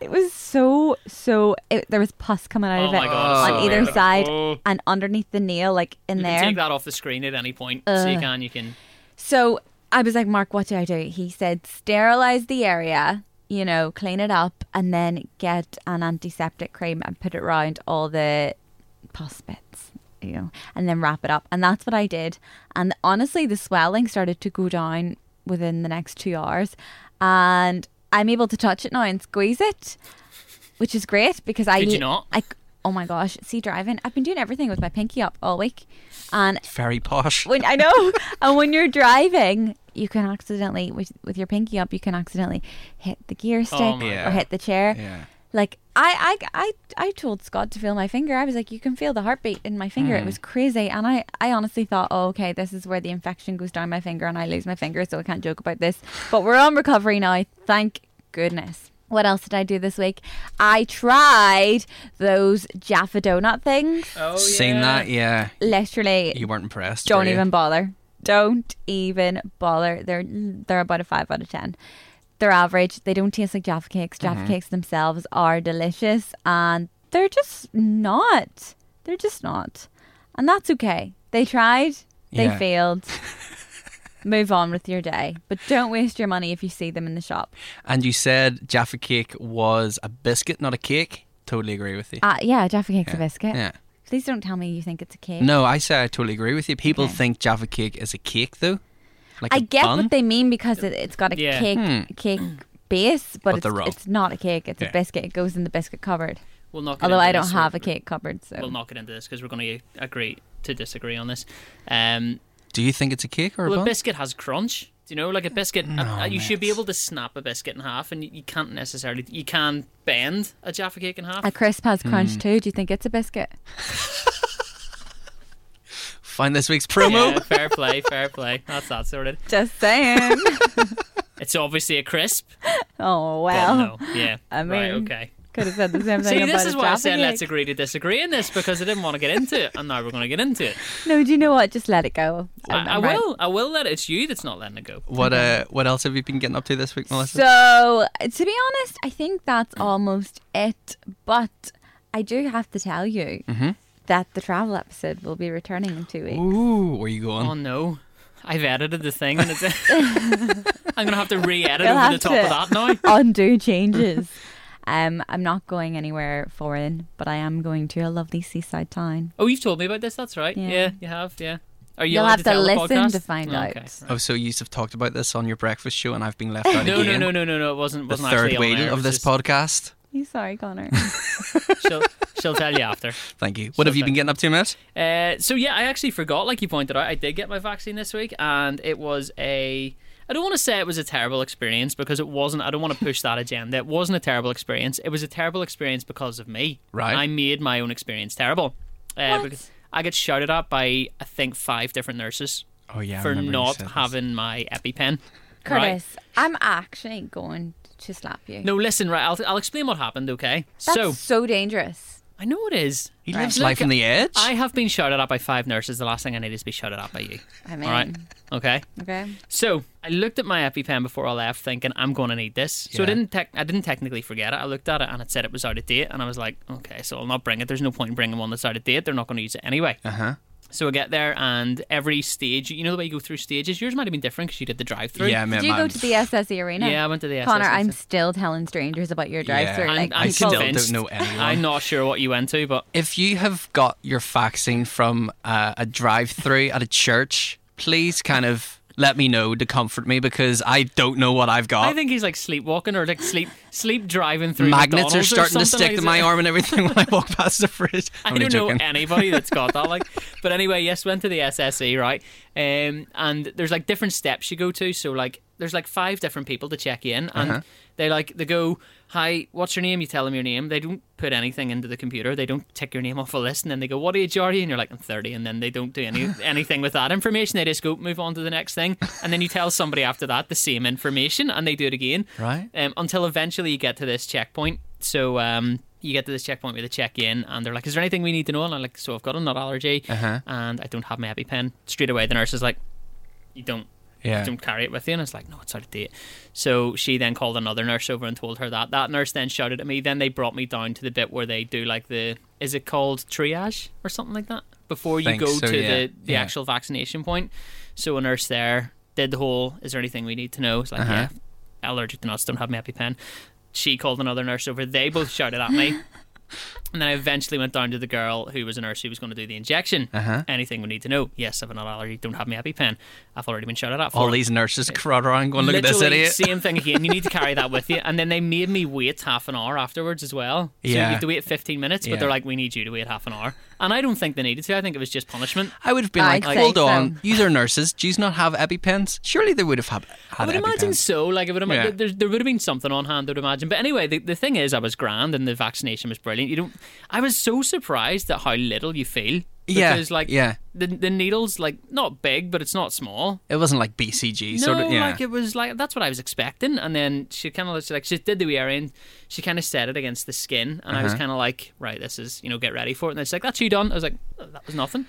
it was so, so. It, there was pus coming out
Oh
of it
my God,
on
so
either
bad.
side
Oh.
and underneath the nail, like in
You
there. Uh.
can take that off the screen at any point, so you can. You can.
So I was like, Mark, what do I do? He said, sterilize the area, you know, clean it up, and then get an antiseptic cream and put it around all the pus bits, you know, and then wrap it up. And that's what I did. And honestly, the swelling started to go down within the next two hours. And I'm able to touch it now and squeeze it, which is great because I.
Did you not?
I, oh my gosh, see, driving. I've been doing everything with my pinky up all week. And
very posh.
when I know, and when you're driving, you can accidentally with, with your pinky up, you can accidentally hit the gear stick
Oh my
Yeah.
or
God.
hit the chair.
Yeah.
Like I, I, I, I told Scott to feel my finger. I was like, you can feel the heartbeat in my finger.
Mm.
It was crazy, and I, I honestly thought, oh, okay, this is where the infection goes down my finger, and I lose my finger, so I can't joke about this. But we're on recovery now, thank goodness. What else did I do this week? I tried those Jaffa donut things.
Oh,
Seen that? Yeah.
Literally,
You weren't impressed. were
don't
you?
even bother. Don't even bother. They're they're about a five out of ten. They're average. They don't taste like Jaffa cakes.
Mm-hmm.
Jaffa cakes themselves are delicious, and they're just not. They're just not, and that's okay. They tried. They
Yeah.
failed. Move on with your day, but don't waste your money if you see them in the shop.
And you said Jaffa cake was a biscuit, not a cake. Totally agree with you.
Uh, yeah, Jaffa cake's a biscuit.
yeah.
Please don't tell me you think it's a cake.
No, I say I totally agree with you. People think Jaffa cake is a cake, though. Like
I
a
get
bun.
what they mean because it, it's got a
Yeah.
cake cake base,
But
but,
they're wrong.
it's, it's not a cake. It's
Yeah.
a biscuit. It goes in the biscuit cupboard.
We'll knock it
Although
into
I don't
this,
have
we'll-
a cake cupboard, so
We'll knock it into this because we're going to agree to disagree on this. Um,
Do you think it's a cake or a
well, a
bun?
biscuit has crunch. Do you know, like a biscuit, a- a- you should be able to snap a biscuit in half, and you, you can't necessarily. You can bend a jaffa cake in half.
a crisp has
Hmm.
crunch too. Do you think it's a biscuit?
Find this week's promo.
Yeah, fair play, fair play. That's that sorted.
Just saying.
It's obviously a crisp.
oh
but
well,
no, yeah.
I
right,
mean,
okay.
could have said the same thing
See,
about
this
a
is why I
Jaffa
said
cake.
let's agree to disagree in this because I didn't want to get into it, and now we're going to get into it.
No, do you know what? Just let it go.
I, I
I'm right.
will, I will let it. It's you that's not letting it go.
What uh, what else have you been getting up to this week, Melissa?
So, to be honest, I think that's almost it. But I do have to tell you
Mm-hmm.
that the travel episode will be returning in two weeks.
Ooh, where you going?
Oh no, I've edited the thing, and it's. I'm gonna have to re-edit
You'll
over the
have
top
to.
of that now.
undo changes. Um, I'm not going anywhere foreign, but I am going to a lovely seaside town.
Oh, you've told me about this. That's right. Yeah,
Yeah.
you have. Yeah. Are you
You'll
allowed
have to
tell the
listen
podcast?
to find
Okay,
out.
right.
Oh, so you have talked about this on your breakfast show, and I've been left out
No, no,
again.
no, no, no, no. It wasn't.
The
Wasn't
third
actually on
wheel
there, it
of
was
this
just-
podcast.
You sorry, Connor.
She'll, she'll tell you after.
Thank you. What have you been getting up to, Matt?
Uh, so yeah, I actually forgot. Like you pointed out, I did get my vaccine this week, and it was a. I don't want to say it was a terrible experience because it wasn't. I don't want to push that agenda. It wasn't a terrible experience. It was a terrible experience because of me.
Right.
I made my own experience terrible. Uh,
What?
Because I get shouted at by I think five different nurses
Oh yeah, I
for
remember you
not
said this.
having my EpiPen. Right?
Curtis, I'm actually going to slap you.
No, listen, right. I'll, I'll explain what happened, okay?
That's
so,
so, dangerous.
I know it is.
He lives
Look,
life on the edge.
I have been shouted at by five nurses. The last thing I need is to be shouted at by you.
I mean,
All right. Okay.
okay.
So I looked at my EpiPen before I left, thinking I'm going to need this. So I
Yeah.
didn't. Tec- I didn't technically forget it. I looked at it and it said it was out of date, and I was like, okay, so I'll not bring it. There's no point in bringing one that's out of date. They're not going to use it anyway. Uh
Uh-huh.
So I get there, and every stage, you know the way you go through stages. Yours might have been different because you did the drive-through.
yeah, man.
Did you go to the SSE arena?
Yeah, I went to the
Connor,
SSE.
I'm still telling strangers about your drive-through.
Yeah.
like
I'm, I'm
still
people-
don't
convinced-
know anyone.
I'm not sure what you went to, but
if you have got your vaccine from uh, a drive-through at a church, please kind of let me know to comfort me because I don't know what I've got.
I think he's like sleepwalking or like sleep sleep driving through.
Magnets are
McDonald's or
starting to
something
stick
like
to
that.
my arm and everything when I walk past the fridge. I'm
I
only
don't
joking.
know anybody that's got that. Like, but anyway, yes, went to the SSE, right? Um, and there's like different steps you go to. So like, there's like five different people to check you in,
Uh-huh.
and they like they go, "Hi, what's your name?" You tell them your name. They don't put anything into the computer. They don't tick your name off a list, and then they go, "What age are you?" And you're like, "I'm 30," and then they don't do any anything with that information. They just go move on to the next thing, and then you tell somebody after that the same information, and they do it again,
Right.
um, until eventually you get to this checkpoint. So um, you get to this checkpoint where they check you in, and they're like, "Is there anything we need to know?" And I'm like, "So I've got a nut allergy, and I don't have my EpiPen." Straight away, the nurse is like, "You don't."
Yeah.
You don't carry it with you, and it's like, no, it's out of date. So she then called another nurse over and told her that. That nurse then shouted at me. Then they brought me down to the bit where they do like the is it called triage or something like that before you
Think
go
so,
to
yeah.
the the
Yeah.
actual vaccination point. So a nurse there did the whole is there anything we need to know? It's like,
Uh-huh.
yeah, allergic to nuts, don't have my EpiPen. She called another nurse over. They both shouted at me. And then I eventually went down to the girl who was a nurse who was going to do the injection. Uh-huh. Anything we need to know? Yes, I've an allergy. Don't have my EpiPen. I've already been shouted at for.
All
it.
these nurses crowd around going, look at this
Literally
idiot.
Same thing again. You need to carry that with you. And then they made me wait half an hour afterwards as well. So
Yeah.
you have to wait 15 minutes, but
Yeah.
they're like, we need you to wait half an hour. And I don't think they needed to. I think it was just punishment.
I would have been
I
like,
think
hold
so.
on, you are nurses. Do you not have EpiPens? Surely they would have had,
I
had
would imagine
EpiPens.
so. Like, I would ima-
Yeah.
there, there would have been something on hand. I would imagine. But anyway, the, the thing is, I was grand, and the vaccination was brilliant. You don't. I was so surprised at how little you feel.
Yeah,
Because like
yeah.
the the needle's like not big, but it's not small.
It wasn't like
No,
BCG sort of. Yeah.
like it was like that's what I was expecting. And then she kind of like she did the wee and she kind of set it against the skin, and I
Uh-huh.
was kind of like, right, this is you know get ready for it. And it's like that's you done. I was like, "Oh, that was nothing.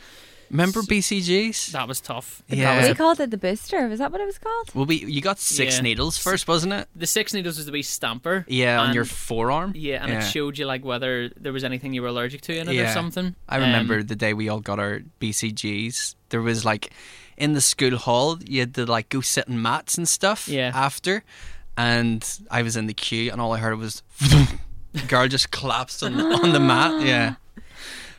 Remember BCGs?
That was tough.
Yeah.
we called it the booster. Was that what it was called?
Well, we you got six
Yeah.
needles first, wasn't it?
The six needles was the wee stamper.
Yeah, on
and-
your forearm.
Yeah, and it showed you like whether there was anything you were allergic to in it or something.
I remember
Um,
the day we all got our BCGs. There was like in the school hall, you had to like go sit in mats and stuff
Yeah.
after. And I was in the queue, and all I heard was girl just collapsed on the, on the mat. Yeah.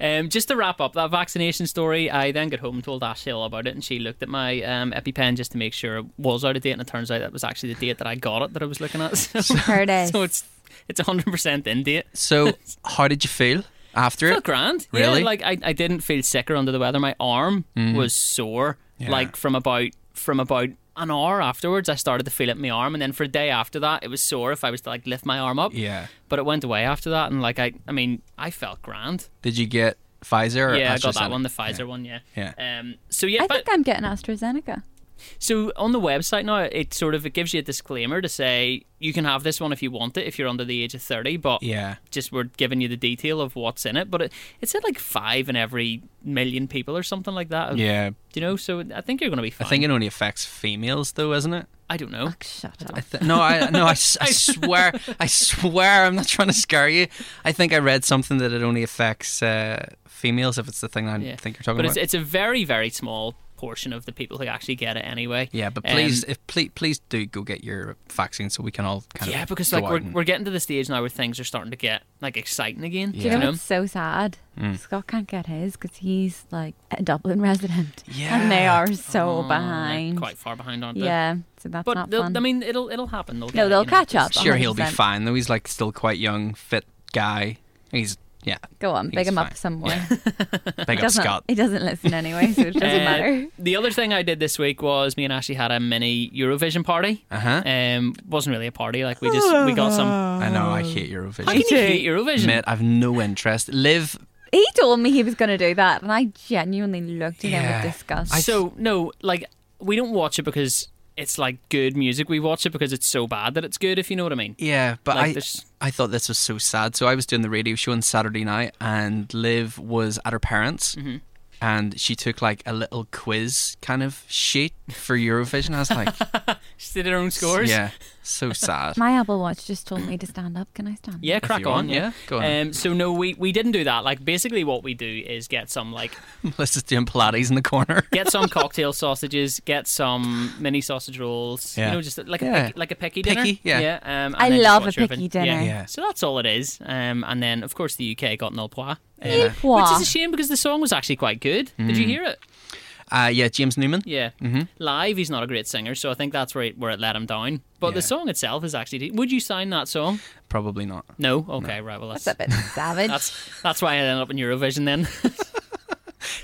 um, just to wrap up that vaccination story, I then got home and told Ashley all about it, and she looked at my um, EpiPen just to make sure it was out of date, and it turns out that was actually the date that I got it that I was looking at. So,
Curtis.
so it's it's 100% in date.
So, how did you feel after
Felt
it?
grand.
Really?
Yeah, like I, I didn't feel sick or under the weather. My arm was sore. Like from about from about an hour afterwards I started to feel it in my arm and then for a day after that it was sore if I was to like lift my arm up.
Yeah.
But it went away after that and like I I mean, I felt grand.
Did you get Pfizer? Or
yeah, I got that
AstraZeneca?
one, the Pfizer one, yeah.
Yeah.
Um so yeah,
I
but
think I'm getting AstraZeneca.
so on the website now it sort of it gives you a disclaimer to say you can have this one if you want it if you're under the age of thirty, but
Yeah.
just we're giving you the detail of what's in it. But it, it said like five in every million people or something like that.
Yeah.
Do you know? So I think you're going to be
I
fine.
think it only affects females, though, isn't it?
I don't know.
Shut up.
I th- no, I no, I, s- I swear, I swear, I'm not trying to scare you. I think I read something that it only affects uh, females if it's the thing I
Yeah.
think you're talking
But
about.
it's, it's a very, very small portion of the people who actually get it anyway.
yeah, but
Um,
please, if please, please do go get your vaccine so we can all kind of
yeah, because
go
like
out
we're,
and-
we're getting to the stage now where things are starting to get like exciting again.
Do you
You
know
know?
what's so sad?
Mm.
Scott can't get his because he's like a Dublin resident.
Yeah.
And they are so
Oh, they're
behind.
quite far behind, aren't they?
yeah. So that's
But
not
they'll-
fun.
I mean, it'll it'll happen. They'll get
no,
it,
they'll
you know,
catch
it's-
up.
sure he'll be
100%.
fine though. He's like still quite young, fit guy. He's yeah,
Go on,
He's
big him
fine.
up some way.
big up
doesn't,
Scott.
He doesn't listen anyway, so it doesn't
Uh,
matter.
The other thing I did this week was me and Ashley had a mini Eurovision party.
Uh-huh.
Um, wasn't really a party. Like we just we got some.
I know. I hate
How can
Eurovision.
you hate Eurovision?
Mate, I've no interest. Live.
He told me he was going to do that, and I genuinely looked at
Yeah.
him with disgust.
I-
so no, like we don't watch it because it's like good music. We watch it because it's so bad that it's good. If you know what I mean.
Yeah, but
Like
I
there's-
I thought this was so sad. So I was doing the radio show on Saturday night, and Liv was at her parents,
Mm-hmm.
and she took like a little quiz kind of sheet for Eurovision. I was like,
She did her own scores.
yeah, so sad.
My Apple Watch just told me to stand up. Can I stand up?
Yeah, crack
you
on.
want, yeah, go on.
Um, so no, we we didn't do that. Like basically, what we do is get some like
Melissa's doing Pilates in the corner.
get some cocktail sausages, get some mini sausage rolls.
Yeah.
You know, just like a
Yeah.
pick, like a picky dinner.
Picky, yeah.
yeah um, and
I
then just
love a
watch your
picky
event.
dinner.
Yeah.
Yeah.
So that's all it is. Um, and then of course the UK got nil pois. Um,
Nil pois.
Mm.
Which is a shame because the song was actually quite good. Did you hear it?
Uh, yeah, James Newman.
Yeah.
Mm-hmm.
Live, he's not a great singer, so I think that's where it, where it let him down. But
Yeah.
the song itself is actually. Would you sign that song?
Probably not.
No. Okay. Right. Well, that's
That's a bit savage.
that's that's why I ended up in Eurovision then.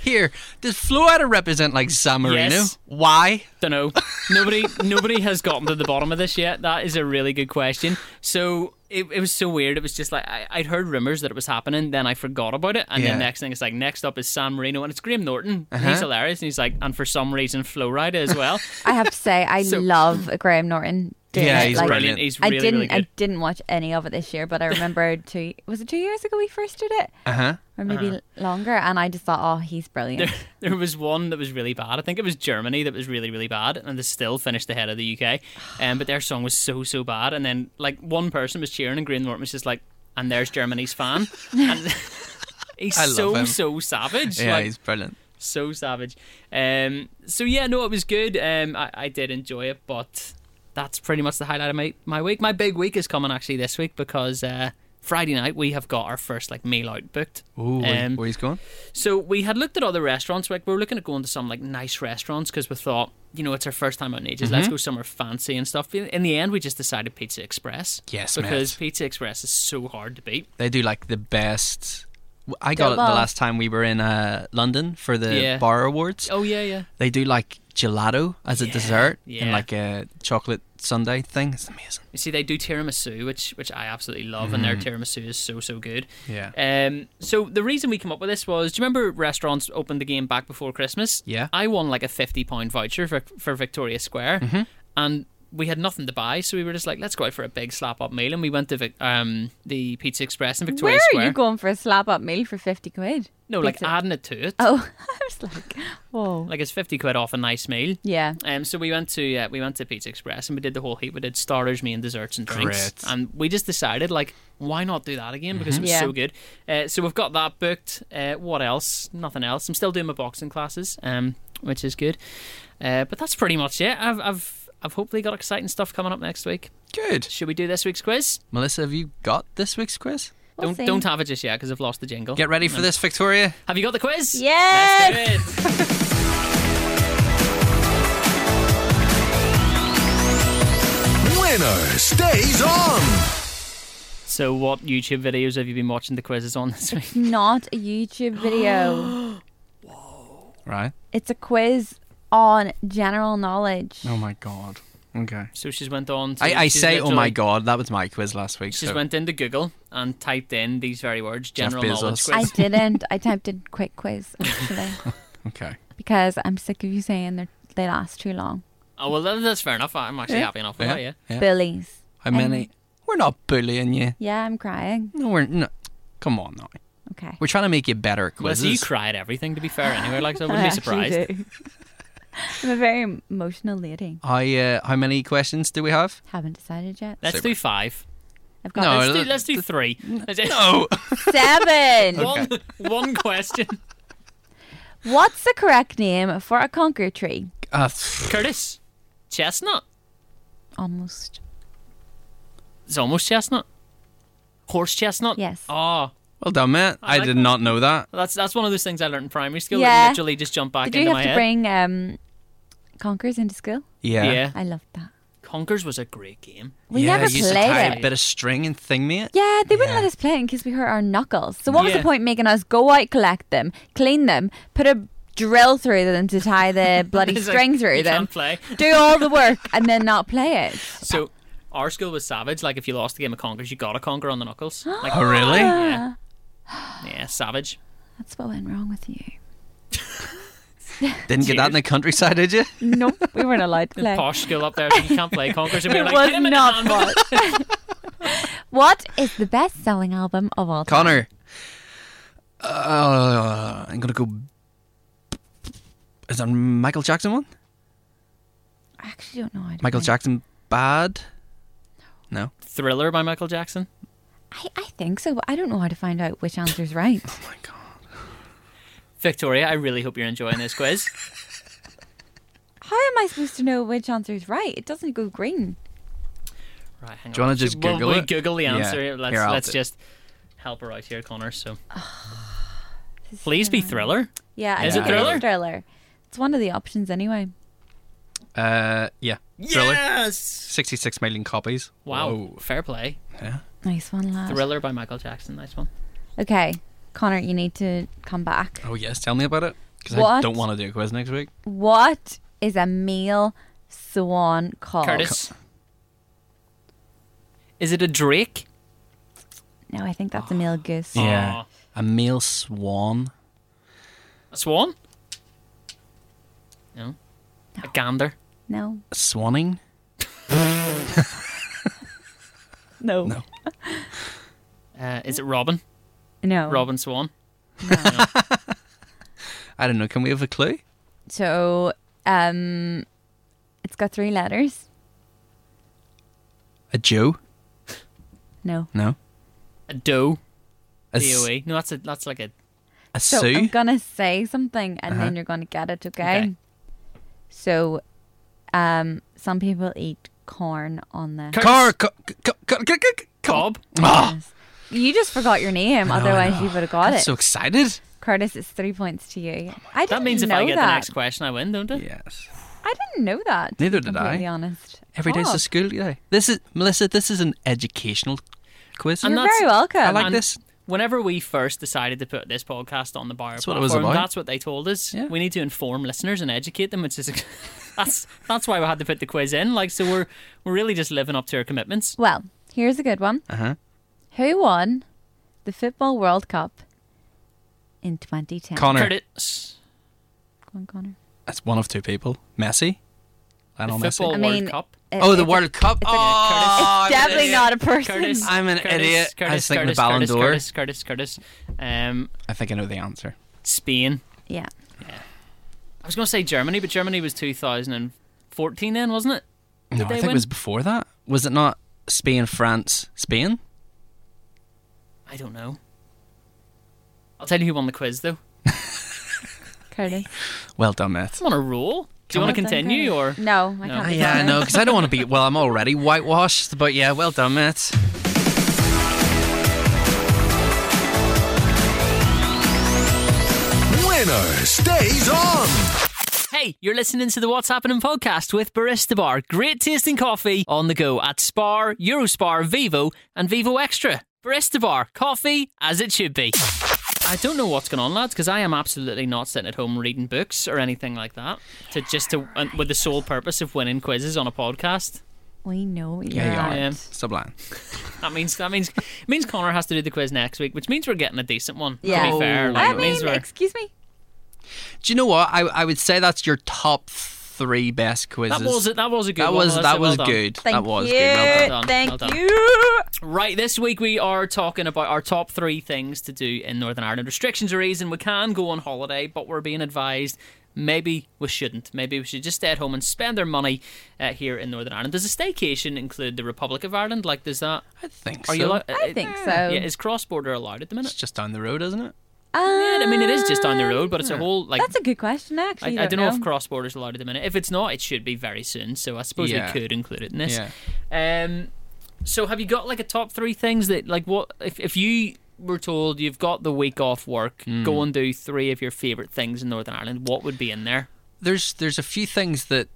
Here, does Florida represent like San Marino?
Yes.
Why?
Don't know. Nobody nobody has gotten to the bottom of this yet. That is a really good question. So it, it was so weird. It was just like I, I'd heard rumors that it was happening, then I forgot about it, and
Yeah. Uh-huh.
then next thing it's like next up is Sam Marino, and it's Graham Norton. and He's hilarious, and he's like, and for some reason, Flo Rida as well.
I have to say, I
So-
love Graham Norton. Doing
Yeah,
it.
he's
like,
Brilliant. He's
I
really
didn't.
really good.
I didn't watch any of it this year, but I remember two. Was it two years ago we first did it,
Uh huh.
or maybe longer? And I just thought, oh, he's brilliant.
Uh-huh. There was one that was really bad. I think it was Germany that was really, really bad, and they still finished ahead of the UK. Um, but their song was so, so bad. And then, like, one person was cheering, and Graham Norton was just like, and there's Germany's fan. And he's
I love
so,
him.
so savage.
Yeah,
like,
he's brilliant.
so savage. Um, so, yeah, no, it was good. Um, I, I did enjoy it, but that's pretty much the highlight of my, my week. My big week is coming actually this week because uh, Friday night we have got our first, like, meal out booked.
Ooh, where-
Um,
where he's going?
so we had looked at other restaurants. Like we were looking at going to some like nice restaurants because we thought, you know, it's our first time out in ages. Let's go somewhere fancy and stuff. In- In the end, we just decided Pizza Express.
Yes, mate.
because Pizza Express is so hard to beat.
They do like the best. I got it the
Double.
last time we were in uh, London for the
Yeah.
Bar Awards.
Oh yeah, yeah.
They do like gelato as a dessert and
yeah.
like a chocolate sundae thing. It's amazing.
You see, they do tiramisu, which which I absolutely love, and their tiramisu is so so good.
Mm-hmm. Yeah.
Um. So the reason we came up with this was, do you remember restaurants opened the game back before Christmas?
Yeah.
I won like a fifty pound voucher for for Victoria Square,
Mm-hmm.
and we had nothing to buy, so we were just like, let's go out for a big slap up meal, and we went to Vic- um the Pizza Express in Victoria
Where
Square.
are you going for a slap up meal for fifty quid?
No, like
Pizza.
adding it to it.
Oh, I was like, whoa.
Like it's fifty quid off a nice meal.
yeah.
Um, so we went to uh, we went to Pizza Express and we did the whole heap. We did starters, main desserts, and drinks.
Great.
And we just decided like, why not do that again because it was
Mm-hmm. Yeah.
so good. Uh, so we've got that booked. Uh, what else? Nothing else. I'm still doing my boxing classes, um, which is good. Uh, but that's pretty much it. I've I've I've hopefully got exciting stuff coming up next week.
Good.
Should we do this week's quiz?
Melissa, have you got this week's quiz?
We'll
don't
see.
don't have it just yet because I've lost the jingle.
Get ready for this, Victoria.
Have you got the quiz?
Yes.
Let's do it.
Winner stays on.
So, what YouTube videos have you been watching the quizzes on this week?
Not a YouTube video.
Right.
it's a quiz on general knowledge.
Oh my god. Okay.
So she's went on. To,
I, I
she's
say, oh my
literally-
god, that was my quiz last week.
She just
so-
went into Google and typed in these very words:
Oh. Jeff
general knowledge
Bezos.
quiz.
I didn't. I typed in quick quiz actually
okay.
because I'm sick of you saying they're, they last too long.
oh well, that- that's fair enough. I'm actually happy enough with that. "Oh, Yeah.
Billies.
How many? we're not bullying you.
Yeah, I'm crying.
No, we're no. Come on now.
Okay.
We're trying to make you better at
Well,
quizzes.
so you cried everything. To be fair, anyway, like so I wouldn't
I
be
actually
surprised.
do. I'm a very emotional lady.
How, uh, how many questions do we have?
Haven't decided yet.
Let's do five.
I've got
Oh, No,
Let's do,
th-
let's do three. Let's do-
Oh,
seven.
One, one question.
What's the correct name for a conker tree?
uh, pff,
Curtis, chestnut.
Almost.
It's almost chestnut. Horse chestnut.
Yes.
Oh,
well done, mate. I,
like
did
that.
not know that.
that's that's one of those things I learned in primary school.
Yeah.
That literally just jumped back
Did
into
you
my
have to
head.
bring um, conkers into school?
Yeah.
yeah.
I loved that.
Conkers was a great game.
We
yeah,
never
you used to
played
tie
it.
a bit of string and thing, mate.
Yeah, they wouldn't let us play it in case we hurt our knuckles. So what was the
Yeah.
point making us go out, collect them, clean them, put a drill through them to tie the bloody
It's like,
string through
you
them,
can't play.
do all the work, and then not play it?
So our school was savage. Like if you lost the game of conkers, you got a conker on the knuckles. Like,
Oh, really?
Yeah. Yeah, savage.
That's what went wrong with you.
Didn't get that in the countryside, did you?
No, we weren't allowed to play.
Posh school up there, so you can't play conkers. And we
It
were like,
was
"Get him in
not
the hand."
What is the best-selling album of all time?
Connor. Uh, I'm gonna go. Is there a Michael Jackson one?
I actually don't know. I don't
Michael
know.
Jackson Bad? No.
Thriller by Michael Jackson.
I, I think so. but I don't know how to find out which answer's right.
Oh my god.
Victoria, I really hope you're enjoying this quiz.
how am I supposed to know which answer's right? It doesn't go green.
Right, hang
Do you
on.
wanna just
Well,
Google
we
it?
Google the
Yeah.
answer. Let's
Here, I'll
let's
do-
just help her out here, Connor. So please be Thriller.
Yeah,
Is
I
it
think
Thriller?
Thriller. It's one of the options anyway.
Uh, yeah. Thriller.
Yes.
66 million copies.
Wow.
Whoa.
Fair play.
Nice one, lad.
Thriller by Michael Jackson. Nice one.
Okay, Connor, you need to come back.
Oh, yes. Tell me about it. Because I
What?
don't want to do a quiz next week.
What is a male swan
Oh,
called?
Curtis. Is it a Drake?
No, I think that's a male goose.
Yeah.
A male swan.
A swan? No. A gander.
No.
Swanning?
No.
No.
Uh, is it Robin?
No.
Robin Swan.
I don't know. Can we have a clue?
So, um, it's got three letters.
A Joe?
No.
No.
A doe.
A,
D
s-
O E. No, that's a that's like a
a
So
Sue?
I'm gonna say something, and
Uh-huh.
then you're gonna get it, okay?
Okay.
So, um, some people eat corn on the.
Cur-
Car, co- co- co- co- co- co-
cob.
Ah,
you just forgot your name, otherwise you would have got
I'm
it.
so excited.
Curtis, it's three points to you. I didn't
That means if
know
I get
that.
the next question, I win, don't I?
Yes.
I didn't know that. to
Neither
be
did I.
completely honest. Oh,
Every day's
Fuck.
a school day. This is Melissa. This is an educational quiz.
And
You're
that's-
very welcome.
I like
And
this.
Whenever we first decided to put this podcast on the bar
That's what
platform,
it was about.
that's what they told us.
Yeah.
We need to inform listeners and educate them, which is that's that's why we had to put the quiz in. Like, so we're we're really just living up to our commitments.
Well, here's a good one.
Uh-huh.
Who won the Football World Cup in 2010?
Connor.
Curtis,
Go on, Connor.
That's one of two people. Messi.
the
Lionel Messi.
football
I
World
mean,
Cup.
It-
Oh, the
it's a-
World Cup.
it's a-
oh, I'm an
Definitely
idiot.
not a person.
Curtis,
I'm an
Curtis,
idiot. I
Curtis,
was thinking
Curtis,
the Ballon
Curtis,
d'Or.
Curtis, Curtis, Curtis. Um,
I think I know the answer.
Spain.
Yeah.
I was going to say Germany, but Germany was 2014 then, wasn't it?
No, I
they
think
win?
it was before that. Was it not Spain, France, Spain?
I don't know. I'll tell you who won the quiz though.
Curtis.
Well done, Myth.
I'm on a roll. Do you want to continue or?
No, I can't. be
Ah, Yeah, I
bothered.
know, because I don't want to be. Well, I'm already whitewashed, but yeah, well done, Myth.
Winner stays on.
Hey, you're listening to the What's Happening podcast with Barista Bar. Great tasting coffee on the go at Spar, Eurospar, Vivo, and Vivo Extra. Barista Bar, coffee as it should be. I don't know what's going on, lads, because I am absolutely not sitting at home reading books or anything like that. To just to and with the sole purpose of winning quizzes on a podcast.
We know what you're
Yeah, you are.
Yeah.
at.
Stop lying.
That means that means means Connor has to do the quiz next week, which means we're getting a decent one.
Yeah.
To be fair, like,
I
it means
mean,
we're
excuse me.
Do you know what? I, I would say that's your top three best quizzes.
that was it. That was a good.
That
one,
was
Melissa,
that
well
was
done.
good.
Thank
that was
you.
good. Well done.
done,
Thank
well done.
you.
Right, this week we are talking about our top three things to do in Northern Ireland. Restrictions are easing. We can go on holiday, but we're being advised maybe we shouldn't. Maybe we should just stay at home and spend our money uh, here in Northern Ireland. Does a staycation include the Republic of Ireland? Like, does that?
I think
Are
so.
you? uh, allo-
I think so.
Yeah, is cross border allowed at the
it's
minute?
just down the road, isn't it?
Yeah, I mean, it is just down the road, but it's a
Um,
whole like.
Uh, That's a good question, I
I,
actually.
I don't know, if cross border's allowed at the minute. If it's not, it should be very soon. So I suppose
Yeah.
we could include it in this. Um, so have you got like a top three things that like what if if you were told you've got the week off work,
Mm.
go and do three of your favourite things in Northern Ireland. What would be in there?
There's there's a few things that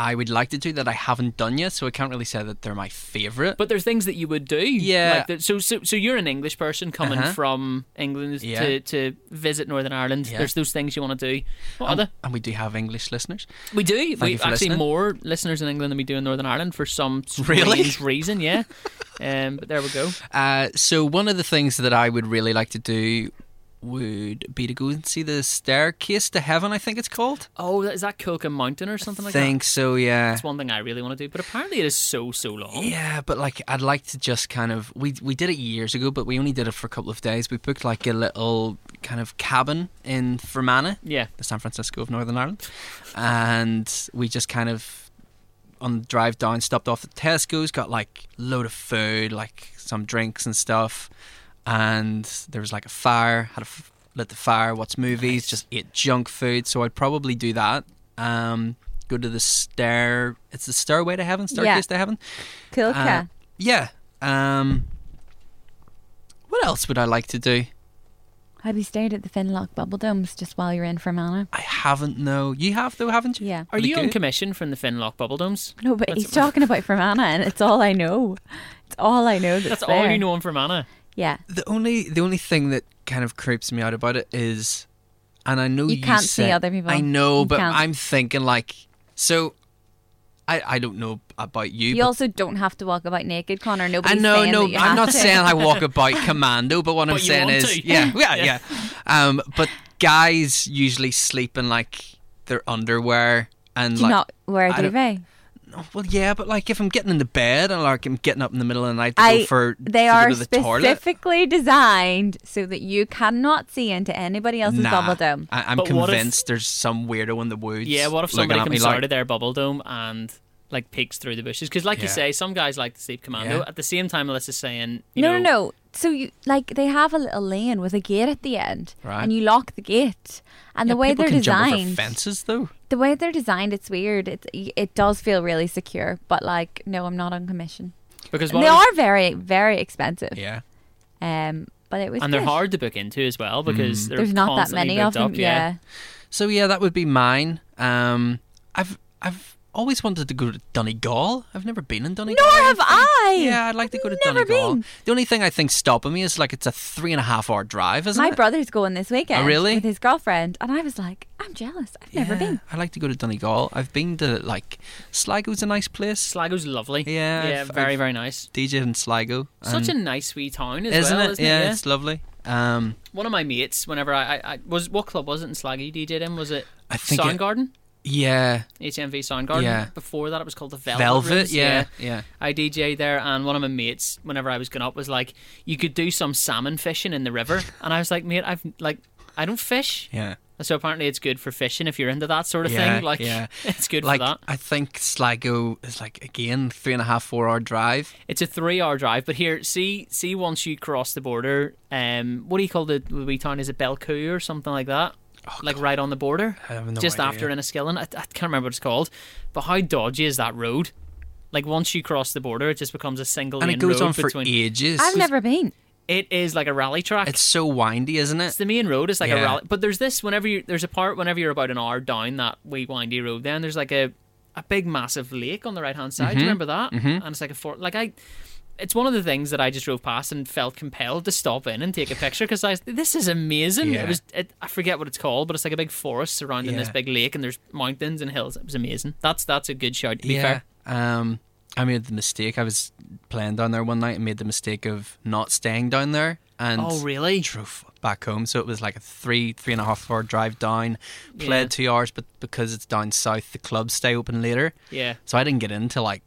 I would like to do that I haven't done yet, so I can't really say that they're my favorite.
But there's things that you would do.
Yeah.
Like that, so so so you're an English person coming
Uh-huh.
from England
Yeah.
to to visit Northern Ireland.
Yeah. Um,
There's those things you want to do. What
and,
other?
and we do have English listeners.
We do.
Thank
We
you for
actually
listening.
more listeners in England than we do in Northern Ireland for some
Really?
strange reason. Yeah. um. But there we go.
Uh, so one of the things that I would really like to do would be to go and see the staircase to heaven. I think it's called.
Oh, is that Kilka Mountain or something like that?
think
oh,
so. Yeah.
That's one thing I really want to do, but apparently it is so so long.
Yeah, but like I'd like to just kind of we we did it years ago, but we only did it for a couple of days. We booked like a little kind of cabin in Fermanagh,
Yeah.
the San Francisco of Northern Ireland, and we just kind of on the drive down stopped off at Tesco's, got like load of food, like some drinks and stuff, and there was like a fire. Had a f- lit the fire, watched movies, just ate junk food. So I'd probably do that. Um, go to the stair. It's the stairway to heaven, staircase to heaven. Uh,
Kilka.
yeah. Um, what else would I like to do?
Have you stayed at the Finlock Bubble Domes just while you're in Fermanagh?
I haven't, no. You have, though, haven't you?
Yeah.
Are
they
you on
good?
commission from the Finlock Bubbledomes?
No, but
That's-
he's talking about Fermanagh, and it's all I know. It's all I know. That's,
That's all
there.
you know on Fermanagh.
Yeah.
The only the only thing that kind of creeps me out about it is, and I know you,
You can't see
said-
other people.
I know,
You
but
can't.
I'm thinking like, so, I I don't know about you.
You
but-
also don't have to walk about naked, Connor.
I
Nobody's
know,
saying
no,
that you
I'm
have
not
to.
saying I walk about commando, but what I'm
But you
saying
want
is,
to.
yeah, yeah,
Yeah.
yeah. Um, but guys usually sleep in like their underwear and
Do you
like,
not wear a
I don't-
duvet.
well, yeah, but like if I'm getting in the bed and like I'm getting up in the middle of the night to go
I
for
they
to
are
go to the toilet,
specifically designed so that you cannot see into anybody else's
nah,
bubble dome.
I, I'm
But what if-
convinced there's some weirdo in the woods.
Yeah, what if
looking
somebody
at me
comes
like,
out of their bubble dome and like peeks through the bushes? Because, like you
Yeah.
say, some guys like to sleep commando.
Yeah.
At the same time, Alyssa's saying, you
No,
know,
no, no. So you like they have a little lane with a gate at the end,
Right.
and you lock the gate. And
Yeah,
the way
people
they're
can jump over
designed,
fences though.
the way they're designed, it's weird. It it does feel really secure, but like, no, I'm not on commission.
because
And
what
they
if-
are very, very expensive.
Yeah,
Um, but it was
and they're
good.
hard to book into as well because
Mm.
they're
There's not that
constantly
many
booked
of them.
up,
yeah.
So yeah, that would be mine. Um, I've I've always wanted to go to Donegal. I've never been in Donegal.
Nor have I.
Yeah, I'd like to go to
Never
Donegal.
been.
The only thing I think stopping me is like it's a three and a half hour drive, isn't
My
it?
brother's going this weekend.
Oh, really?
With his girlfriend, and I was like, I'm jealous. I've never
Yeah,
been.
I like to go to Donegal. I've been to like Sligo's a nice place.
Sligo's lovely.
Yeah,
yeah,
I've-
very
I've-
very nice.
DJ in Sligo.
Such a
and-
nice wee town as
isn't
well,
it?
isn't
yeah,
it? Yeah.
it's lovely. Um,
One of my mates, whenever I, I, I was, what club was it in Sligo you DJ'd in? Was it
I think it-
Soundgarden?
yeah,
HMV Soundgarden.
Yeah.
Before that, it was called the Velvet.
Velvet.
Rooms,
yeah, yeah.
I DJ'd there, and one of my mates, whenever I was going up, was like, "You could do some salmon fishing in the river," and I was like, "Mate, I've like, I don't fish."
yeah.
So apparently, it's good for fishing if you're into that sort of
Yeah,
thing. Like,
yeah.
it's good
Like
for that.
I think Sligo is like again three and a half four hour drive.
It's a three-hour drive, but here, see, see, once you cross the border, um, what do you call the, the wee town? Is it Belcoo or something like that? like right on the border,
Oh, I have no
just
idea.
after Enniskillen. I, I can't remember what it's called, but how dodgy is that road? Like once you cross the border, it just becomes a single
and
lane
it goes
road
on for
between.
ages.
I've never been.
It is like a rally track.
It's so windy, isn't
It's
it?
the main road. It's like
Yeah.
a rally. But there's this whenever you there's a part whenever you're about an hour down that wee windy road. Then there's like a a big massive lake on the right hand
Mm-hmm.
side. Do you remember that? And it's like a fort. Like I. It's one of the things that I just drove past and felt compelled to stop in and take a picture because I was, this is amazing.
Yeah.
It was it, I forget what it's called, but it's like a big forest surrounding this
Yeah.
big lake and there's mountains and hills. It was amazing. That's that's a good shout. To be fair,
Um, I made the mistake. I was playing down there one night and made the mistake of not staying down there and
Oh, really?
drove back home. So it was like a three, three and a half hour drive down. Played
Yeah.
two hours, but because it's down south, the clubs stay open later.
yeah.
So I didn't get in till like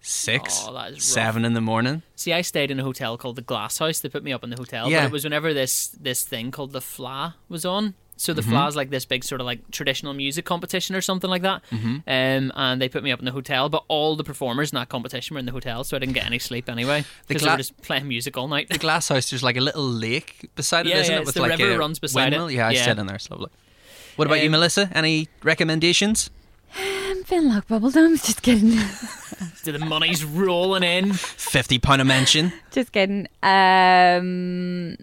six,
Oh, that is rough.
seven in the morning.
See, I stayed in a hotel called the Glass House. They put me up in the hotel,
Yeah.
but it was whenever this this thing called the Fla was on. So the
Mm-hmm.
Fla's like this big sort of like traditional music competition or something like that.
Mm-hmm.
Um, and they put me up in the hotel, but all the performers in that competition were in the hotel, so I didn't get any sleep anyway
The
because
gla-
they were just playing music all night.
The glass house, there's like a little lake beside
Yeah,
it, isn't
yeah,
it?
it's
With
the
like
river
a
runs beside it.
windmill. Yeah, I
Yeah.
stayed in there. It's lovely. What about you,
Um,
Melissa? Any recommendations?
I'm Finlock Bubble Domes. Just kidding.
the money's rolling in.
Fifty pound a mention.
just kidding. Um,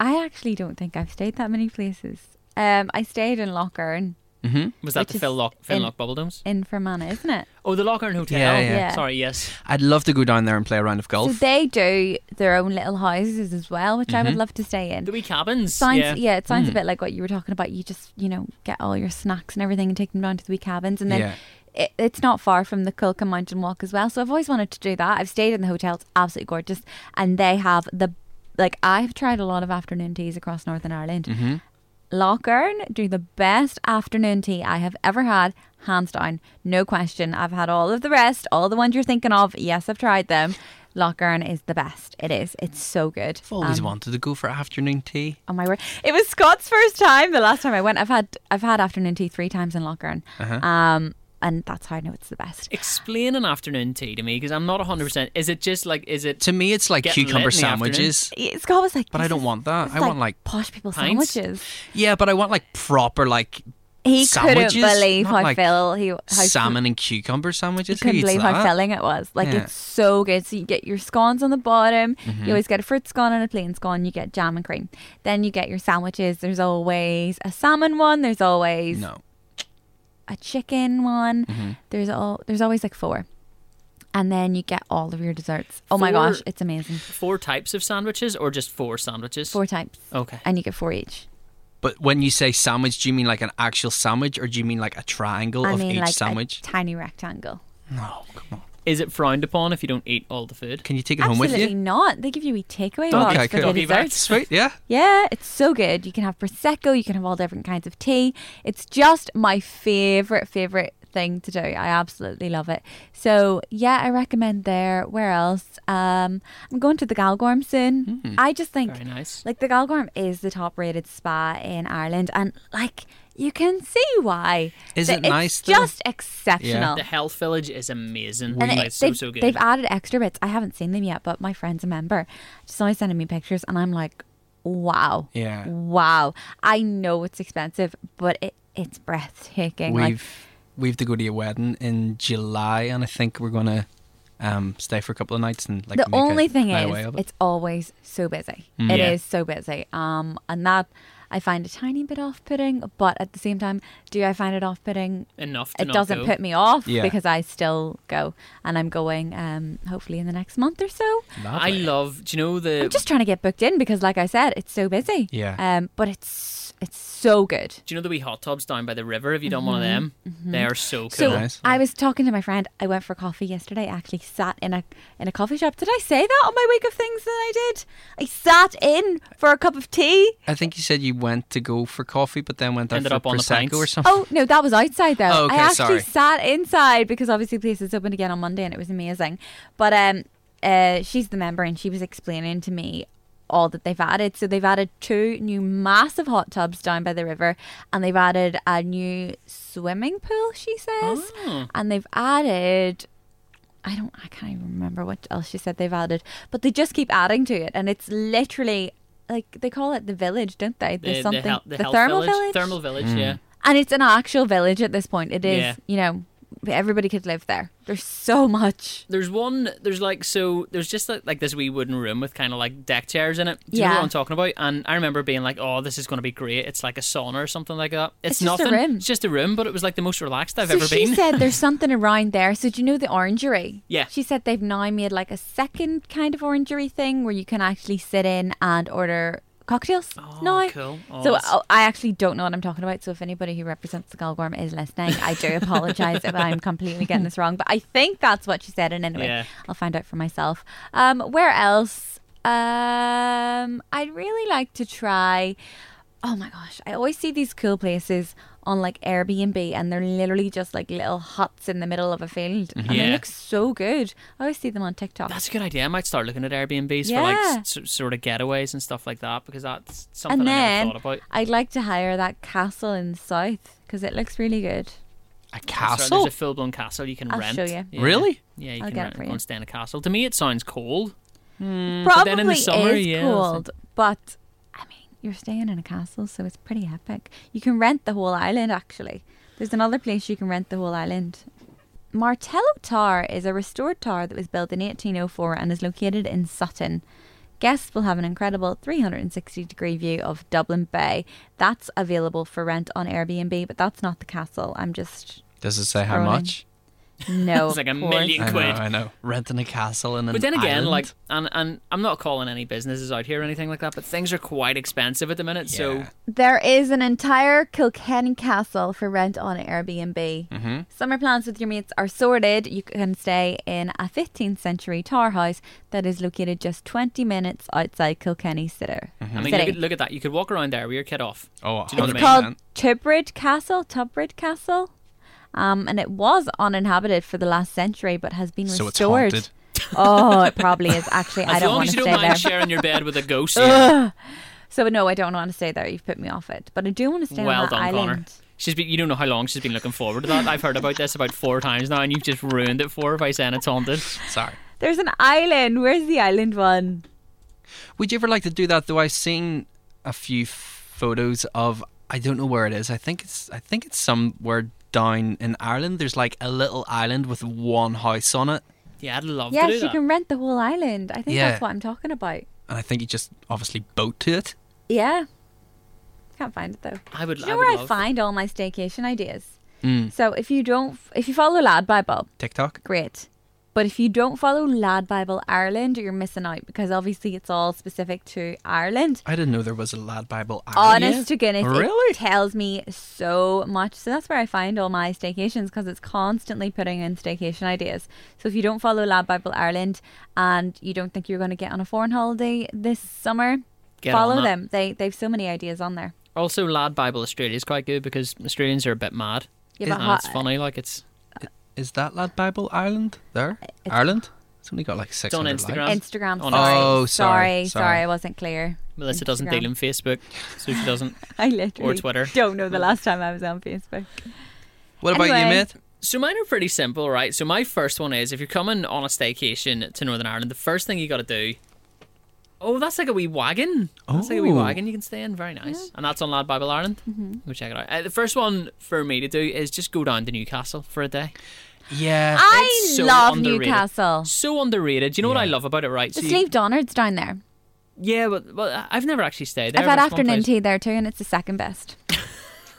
I actually don't think I've stayed that many places. Um, I stayed in Lockern
Was that
Which
the
is
Phil Lock
in-
Finlock Bubble Domes?
in Fermanagh, isn't it?
Oh, the Lockern Hotel.
Yeah, yeah.
Yeah.
Sorry, yes.
I'd love to go down there and play a round of
So
golf.
they do their own little houses as well, which I would
Mm-hmm.
love to stay in.
The wee cabins.
Sounds,
yeah.
yeah. it
Hmm.
sounds a bit like what you were talking about. You just, you know, get all your snacks and everything and take them down to the wee cabins. And then
Yeah.
it, it's not far from the Kulka Mountain Walk as well. So I've always wanted to do that. I've stayed in the hotel. It's absolutely gorgeous. And they have the, like, I've tried a lot of afternoon teas across Northern Ireland.
Mm-hmm.
Lockern do the best afternoon tea I have ever had, hands down, no question. I've had all of the rest, all the ones you're thinking of. Yes, I've tried them. Lockern is the best. It is. It's so good.
I've always
Um,
wanted to go for afternoon tea.
Oh my word! It was Scott's first time. The last time I went, I've had I've had afternoon tea three times in Lockern,
Uh-huh.
um, and that's how I know it's the best.
Explain an afternoon tea to me because I'm not 100%. Is it just like, is it
To me, it's like
Get lit
cucumber
in the afternoon.
sandwiches,
Yeah, Scott was like,
but I
"This
don't
is-
want that.
this
I
is
want like
posh people
pints."
sandwiches.
yeah, but I want like proper like
he couldn't
Sandwiches?
believe
Not
how
like
Phil he how
Salmon and cucumber sandwiches.
couldn't
Who eats
believe
that?
how filling it was. Like
Yeah. Mm-hmm.
it's so good. So you get your scones on the bottom. You always get a fruit scone and a plain scone. You get jam and cream. Then you get your sandwiches. There's always a salmon one. There's always
No.
a chicken one.
Mm-hmm.
There's all there's always like four. And then you get all of your desserts. Oh my
Four-
gosh, it's amazing.
Four types of sandwiches or just four sandwiches?
Four types.
Okay.
And you get four each.
But when you say sandwich, do you mean like an actual sandwich or do you mean like a triangle
I
of
mean
each
like
sandwich?
a tiny rectangle.
Oh,
No, come on.
Is it frowned upon if you don't eat all the food?
Can you take it
Absolutely
home with you?
not. They give you a takeaway
Okay,
box for
cool.
the desserts.
Sweet, yeah.
Yeah, it's so good. You can have prosecco, you can have all different kinds of tea. It's just my favorite favorite thing to do. I absolutely love it. So, yeah, I recommend there. Where else? Um, I'm going to the Galgorm soon. I just think
Hmm. Very nice.
like the Galgorm is the top rated spa in Ireland and like you can see why.
Is
The-
it
it's
nice, though?
Just exceptional.
The health village is amazing.
And
Like,
it-
so
they've,
so good.
they've added extra bits. I haven't seen them yet, but my friend's a member. She's always sending me pictures, and I'm like, wow,
Yeah.
wow. I know it's expensive, but it it's breathtaking. like,
We've we've to go to your wedding in July and I think we're gonna um, stay for a couple of nights and like
the
make a
only thing
night away
is,
of it. Mm.
it's always so busy. It is
Yeah.
so busy. Um, and that I find a tiny bit off-putting, but at the same time, do I find it off-putting?
Enough to
It
not
doesn't
go.
put me off
Yeah.
because I still go, and I'm going. Um, hopefully in the next month or so.
I love. Do you know the?
I'm just trying to get booked in because, like I said, it's so busy.
Yeah.
Um, but it's it's so good.
do you know the wee hot tubs down by the river? Have you done one of them? They are so cool.
Mm-hmm. So
Nice.
I was talking to my friend. I went for coffee yesterday. I actually sat in a in a coffee shop. Did I say that on my week of things that I did? I sat in for a cup of tea.
I think you said you went to go for coffee, but then went out
Ended
for
up on the
prosecco
pints.
or something.
Oh no, that was outside though.
Oh, okay,
I actually
sorry.
sat inside because obviously places open again on Monday and it was amazing. But um, uh, she's the member and she was explaining to me all that they've added. So they've added two new massive hot tubs down by the river, and they've added a new swimming pool. She says,
Oh.
and they've added. I don't. I can't even remember what else she said they've added, but they just keep adding to it, and it's literally like they call it the village, don't they?
the,
There's something
hel-
the,
health
thermal
village,
village.
Thermal village, yeah.
And it's an actual village at this point. It is,
Yeah.
you know, everybody could live there. There's so much.
There's one. There's like so. There's just like, like this wee wooden room with kind of like deck chairs in it. Do you know
Yeah.
what I'm talking about? And I remember being like, "Oh, this is going to be great. It's like a sauna or something like that." It's,
It's just a
nothing.
room.
It's just a room, but it was like the most relaxed I've
so
ever
she
been.
said there's something around there. So do you know the orangery?
Yeah.
She said they've now made like a second kind of orangery thing where you can actually sit in and order cocktails
Oh,
now.
cool. Oh,
So
that's-
I I actually don't know what I'm talking about. So if anybody who represents the Galgorm is listening, I do apologise if I'm completely getting this wrong. But I think that's what she said. And anyway,
Yeah.
I'll find out for myself. Um, where else? Um, I'd really like to try. Oh my gosh, I always see these cool places on like Airbnb, and they're literally just like little huts in the middle of a field, and they
Yeah.
look so good. I always see them on TikTok.
That's a good idea. I might start looking at Airbnbs for
Yeah.
like s- s- sort of getaways and stuff like that because that's something
and
I
then
never thought about.
I'd like to hire that castle in the south because it looks really good. Oh,
That's
a
right,
castle?
there's a full blown castle you can
I'll
rent.
show you.
Yeah.
Really?
Yeah, you
I'll
can
get it
rent
for
and
you.
go and stay in a castle. To me, it sounds cold.
Probably
then in the summer,
is
yeah, I
cold, but I mean, you're staying in a castle, so it's pretty epic. You can rent the whole island, actually. There's another place you can rent the whole island. Martello Tower is a restored tower that was built in 1804 and is located in Sutton. Guests will have an incredible 360 degree view of Dublin Bay. That's available for rent on Airbnb, but that's not the castle. I'm just
Does it say how
Scrolling.
much?
no.
It's like a
of course.
million
I know,
Quid.
I know. Renting a castle and an
But then again,
island?
like, and, and I'm not calling any businesses out here or anything like that, but things are quite expensive at the minute. So
Yeah.
There is an entire Kilkenny castle for rent on Airbnb. Summer plans with your mates are sorted. You can stay in a 15th century tower house that is located just 20 minutes outside Kilkenny City.
I mean, look
City.
at, look at that. You could walk around there with your kid off.
Oh,
Do you know what I
it's
mean?
called
100%.
Tubbrid Castle, Tubbrid Castle. Um, and it was uninhabited for the last century, but has been
So it's
restored.
haunted.
oh, it probably is. Actually, I
as
don't
long
want
as
to
you
stay
don't
there.
mind sharing your bed with a ghost. yeah.
So no, I don't want to stay there. You've put me off it, but I do want to stay
Well
on that
done,
island.
Connor. She's been, you don't know how long she's been looking forward to that. I've heard about this about four times now, and you've just ruined it for her by saying it's haunted.
Sorry.
There's an island. Where's the island one?
Would you ever like to do that? Though I've seen a few photos of I don't know where it is. I think it's I think it's somewhere down in Ireland. There's like a little island with one house on it,
Yeah, I'd love to do
Yes,
that.
you can rent the whole island. I think
Yeah.
that's what I'm talking about.
and I think you just obviously boat to it.
Yeah. Can't find it though.
I would.
Do you know
I would
where I
love- Mm.
find all my staycation ideas? So if you don't, if you follow Lad Bible,
TikTok.
great. But if you don't follow Lad Bible Ireland, you're missing out because obviously it's all specific to Ireland.
I didn't know there was a Lad Bible Ireland.
Honest to goodness,
Really?
it tells me so much. So that's where I find all my staycations because it's constantly putting in staycation ideas. So if you don't follow Lad Bible Ireland and you don't think you're going to get on a foreign holiday this summer,
Get on
follow
that.
them. They they've so many ideas on there.
Also, Lad Bible Australia is quite good because Australians are a bit mad.
Yeah, but
and
ho-
it's funny. Like it's
Is that Lad Bible Ireland there? Ireland? It's only got like six.
it's on Instagram.
Instagram.
On
sorry.
Oh, sorry,
sorry, sorry,
sorry.
I wasn't clear.
Melissa doesn't deal in Facebook, so she doesn't.
I literally
Twitter.
don't know the last time I was on Facebook.
What about you,
Anyway.
mate?
So mine are pretty simple, right? So my first one is if you're coming on a staycation to Northern Ireland, the first thing you got to do. Oh, that's like a wee wagon. That's like a wee
Oh.
wagon you can stay in. Very nice. And that's on Lad Bible Ireland.
Mm-hmm.
Go check it out. Uh, the first one for me to do is just go down to Newcastle for a day.
Yeah.
I
It's so
love
underrated.
Newcastle.
So underrated. You know what I love about it, right? So
The
you-
Steve Donnard's down there.
yeah, but, but I've never actually stayed there.
I've had
That's one
afternoon
place-
tea there too, and it's the second best.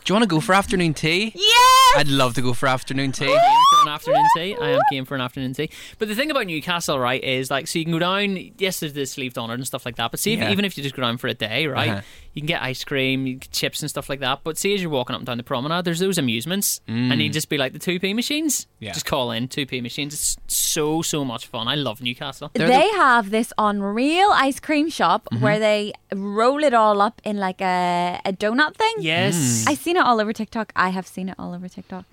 Do you want to go for afternoon tea?
Yes.
I'd love to go for afternoon tea.
game for an afternoon tea. I am game for an afternoon tea. But the thing about Newcastle, right, is like, so you can go down. Yes, there's the sleeved honour and stuff like that. But see, if,
Yeah.
even if you just go down for a day, right,
Uh-huh.
you can get ice cream, you can get chips and stuff like that. But see, as you're walking up and down the promenade, there's those amusements, and you just be like the two p machines.
Mm. Yeah.
Just call in two p machines. It's so so much fun. I love Newcastle.
They
They're the-
have this unreal ice cream shop
Mm-hmm.
where they roll it all up in like a, a donut thing.
Yes.
Mm.
I've seen it all over TikTok. I have seen it all over TikTok.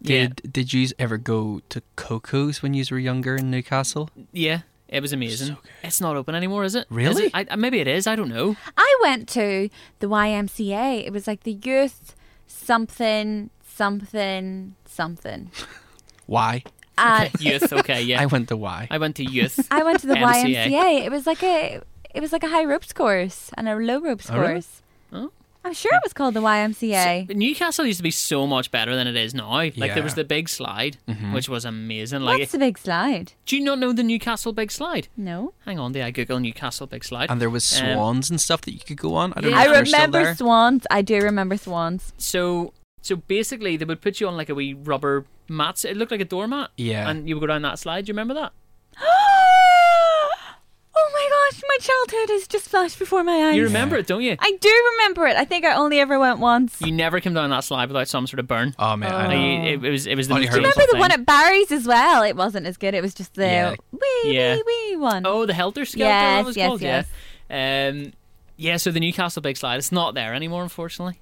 Yeah.
Did Did you ever go to Coco's when you were younger in Newcastle?
Yeah. It was amazing. It's not open anymore, is it? Is
Really?
it? I, maybe it is. I don't know.
I went to the YMCA. It was like the youth something something something.
Why?
And
Youth. Okay. Yeah.
I went to why.
I went to youth.
I went to the
MCA.
YMCA. It was like a it was like a high ropes course and a low ropes
really?
course.
Oh.
I'm sure it was called the YMCA.
But Newcastle used to be so much better than it is now. Like
Yeah. Mm-hmm.
there was the big slide, which was amazing. Like,
What's the big slide?
do you not know the Newcastle big slide?
No.
Hang on, did I Google Newcastle big slide?
and there was
Um,
swans and stuff that you could go on. I don't know
I
if they're still
remember
there.
swans. I do remember swans.
so, so basically, they would put you on like a wee rubber mat. It looked like a doormat.
Yeah.
And you would go down that slide. Do you remember that?
oh my gosh, my childhood has just flashed before my eyes.
You remember it, don't you?
I do remember it. I think I only ever went once.
You never came down that slide without some sort of burn.
oh man, I
Like,
know.
it, it was it was the
Only
most
heard of
painful
remember the
thing.
one at Barry's as well. It wasn't as good. It was just the
Yeah.
wee
Yeah.
wee wee one.
Oh, the Helter Skelter.
Yes,
that was
yes,
called. Yeah. Um, yeah. So the Newcastle big slide. It's not there anymore, unfortunately.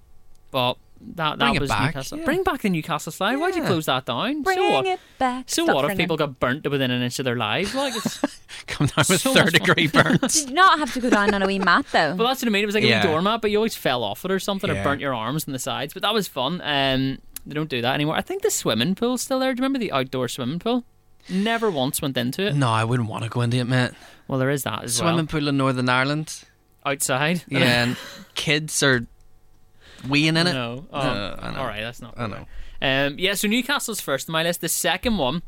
But that that
Bring it
was
back,
Newcastle.
yeah.
Bring back the Newcastle slide. Why'd you
Yeah.
close that down?
Bring
so what?
it back.
So
Stop
what if
ringing.
people got burnt to within an inch of their lives? Like, it's,
Come down with
so much
third degree burns.
did not have to go down on a wee mat though?
well, that's what I mean. It was like a
Yeah.
wee doormat, but you always fell off it or something,
Yeah.
or burnt your arms and the sides. But that was fun. Um, they don't do that anymore. I think the swimming pool's still there. Do you remember the outdoor swimming pool? Never once went into it.
no, I wouldn't want to go into it, mate.
Well, there is that as
Mm. Swimming
well.
pool in Northern Ireland.
Outside.
Yeah, and kids are weeing in it.
No. Oh,
No, I know.
All right, that's not.
I know.
fair. Um, yeah, so Newcastle's first on my list. The second one,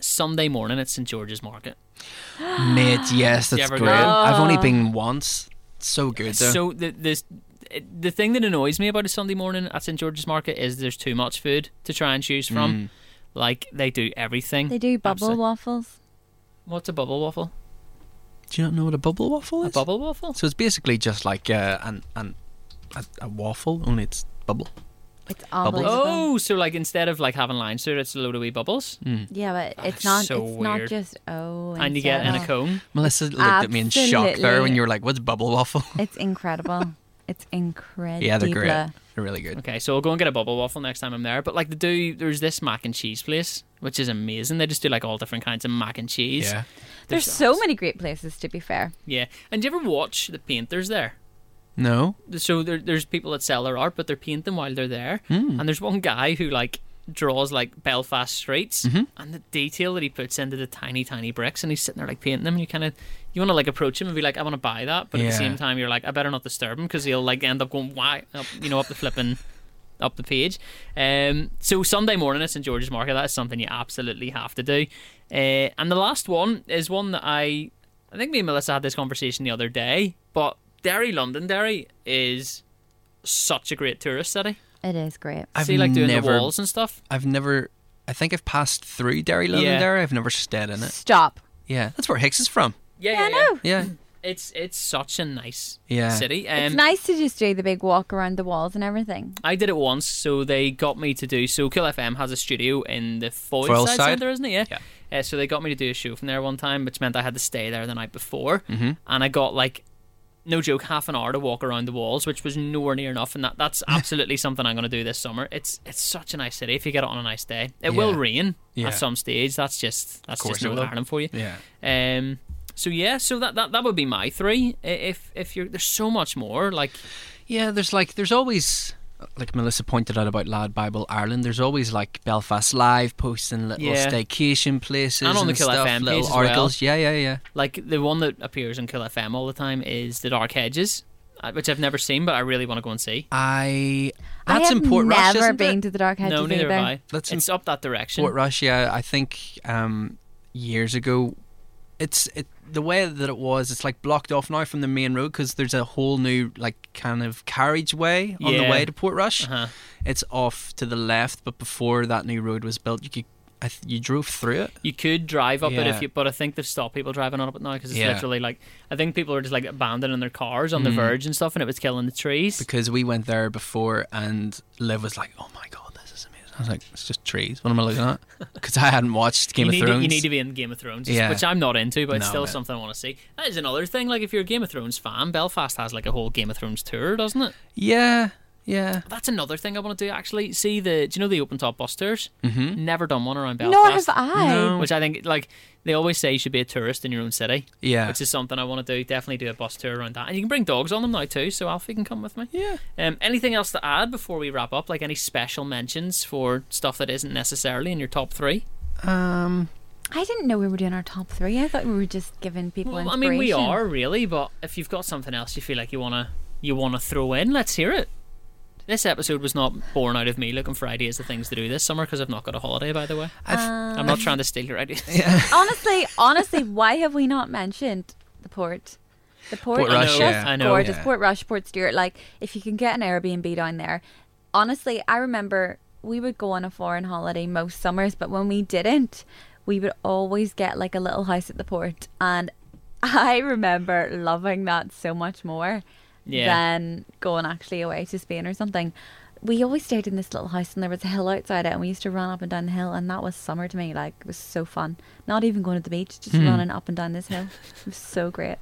Sunday morning at St George's Market.
Mate, yes,
You
that's
ever
great.
go?
I've only been once. So good though.
So the this. The thing that annoys me about a Sunday morning at St George's Market is there's too much food to try and choose
Mm.
from. Like they do everything.
They do bubble
Absolute-
waffles.
What's a bubble waffle?
Do you not know what a bubble waffle
A
is?
bubble waffle?
So it's basically just like uh, an an a, a waffle, only it's bubble.
It's
Bubbles.
unbelievable.
Oh, so like instead of like having lime soda, it's a load of wee bubbles,
Mm. Yeah, but it's
That's
not.
so
it's not
weird.
just oh.
and you get in a
instead of-
cone.
Melissa looked at me in shock there when
Absolutely.
you were like, "What's bubble waffle?"
It's incredible. it's incredible.
yeah, they're great. They're really good.
Okay, so I'll go and get a bubble waffle next time I'm there. But like they do, there's this mac and cheese place which is amazing. They just do like all different kinds of mac and cheese.
Yeah.
There's so many great places. To be fair,
Yeah, and do you ever watch the painters there?
No. Hmm.
So there, there's people that sell their art, but they're painting while they're there. And there's one guy who like draws like Belfast streets
Mm-hmm.
and the detail that he puts into the tiny, tiny bricks, and he's sitting there like painting them. And you kind of you want to like approach him and be like, I want to buy that, but at
Yeah.
the same time you're like, I better not disturb him because he'll like end up going why up, you know up the flipping. Up the page. Um, so Sunday morning at St George's Market, that is something you absolutely have to do. Uh, and the last one is one that I, I think me and Melissa had this conversation the other day. But Derry, Londonderry is such a great tourist city.
It is great.
I've
See, like doing
never-
the walls and stuff.
I've never. I think I've passed through Derry London
Yeah.
Derry. I've never stayed in it.
Stop.
Yeah, that's where Hicks is from.
Yeah,
Yeah, I know.
Yeah,
Hmm. It's it's such a nice
Yeah.
city. Um,
it's nice to just do the big walk around the walls and everything.
I did it once, so they got me to do. So Kill FM has a studio in the Foyle,
Foyle
side,
side?
centre, isn't it? Yeah. Uh, so they got me to do a show from there one time, which meant I had to stay there the night before,
Mm-hmm.
and I got like. No joke, half an hour to walk around the walls, which was nowhere near enough, and that, that's absolutely something I'm going to do this summer. It's it's such a nice city if you get it on a nice day. It will
Yeah.
rain
Yeah.
at some stage. That's just that's
course
just
it
Northern
will.
Ireland for you.
yeah.
Um. So yeah, so that, that that would be my three. I- If if you're there's so much more. Like
Yeah, there's like there's always like Melissa pointed out about Lad Bible Ireland. There's always like Belfast Live posting little
Yeah.
staycation places
And on the Kill
stuff,
FM page
little
as well.
articles. Yeah, yeah, yeah.
like the one that appears on Kill FM all the time is the Dark Hedges, uh, which I've never seen, but I really want to go and see.
I
I
that's
have
in Port Rush,
never
isn't
been
it?
to the Dark Hedges
no, neither
either.
have I.
That's
it's up that direction.
Port Rush. Yeah, I think um, years ago, it's it the way that it was. It's like blocked off now from the main road because there's a whole new like kind of carriageway on the
Yeah.
way to Port Rush.
Uh-huh.
It's off to the left, but before that new road was built, you could I th- you drove through it.
You could drive up it
Yeah.
if you, but I think they've stopped people driving on it now because it's
Yeah. Mm.
literally like I think people are just like abandoning their cars on the verge and stuff, and it was killing the trees.
because we went there before and Liv was like, "Oh my god, this is amazing." I was like, "It's just trees. What am I looking at?" Because I hadn't watched Game
you
of
need
Thrones.
To, you need to be in Game of Thrones,
Yeah.
which I'm not into, but it's
No,
still
man.
something I want to see. That is another thing. Like, if you're a Game of Thrones fan, Belfast has like a whole Game of Thrones tour, doesn't it?
yeah, yeah.
That's another thing I want to do. Actually, see the. Do you know the open top bus tours? Mm-hmm. Never done one around Belfast.
Nor have I. No.
Which I think, like, they always say you should be a tourist in your own city.
Yeah.
Which is something I want to do. Definitely do a bus tour around that, and you can bring dogs on them now too. So Alfie can come with me.
Yeah.
Um, anything else to add before we wrap up? Like any special mentions for stuff that isn't necessarily in your top three?
Um,
I didn't know we were doing our top three. I thought we were just giving people
Well, I
inspiration.
mean, we are really, but if you've got something else you feel like you wanna you wanna throw in, let's hear it. This episode was not born out of me looking for ideas of things to do this summer because I've not got a holiday, by the way.
I've,
I'm not trying to steal your ideas.
honestly, honestly, why have we not mentioned the port? The port,
Port
is
Rush,
just
yeah.
I know.
gorgeous.
Yeah.
Port Rush, Port Stewart. Like, if you can get an Airbnb down there, honestly, I remember we would go on a foreign holiday most summers, but when we didn't, we would always get like a little house at the port, and I remember loving that so much more
Yeah.
than going actually away to Spain or something. We always stayed in this little house, and there was a hill outside it, and we used to run up and down the hill, and that was summer to me. Like it was so fun. Not even going to the beach, just
Hmm.
running up and down this hill. It was so great.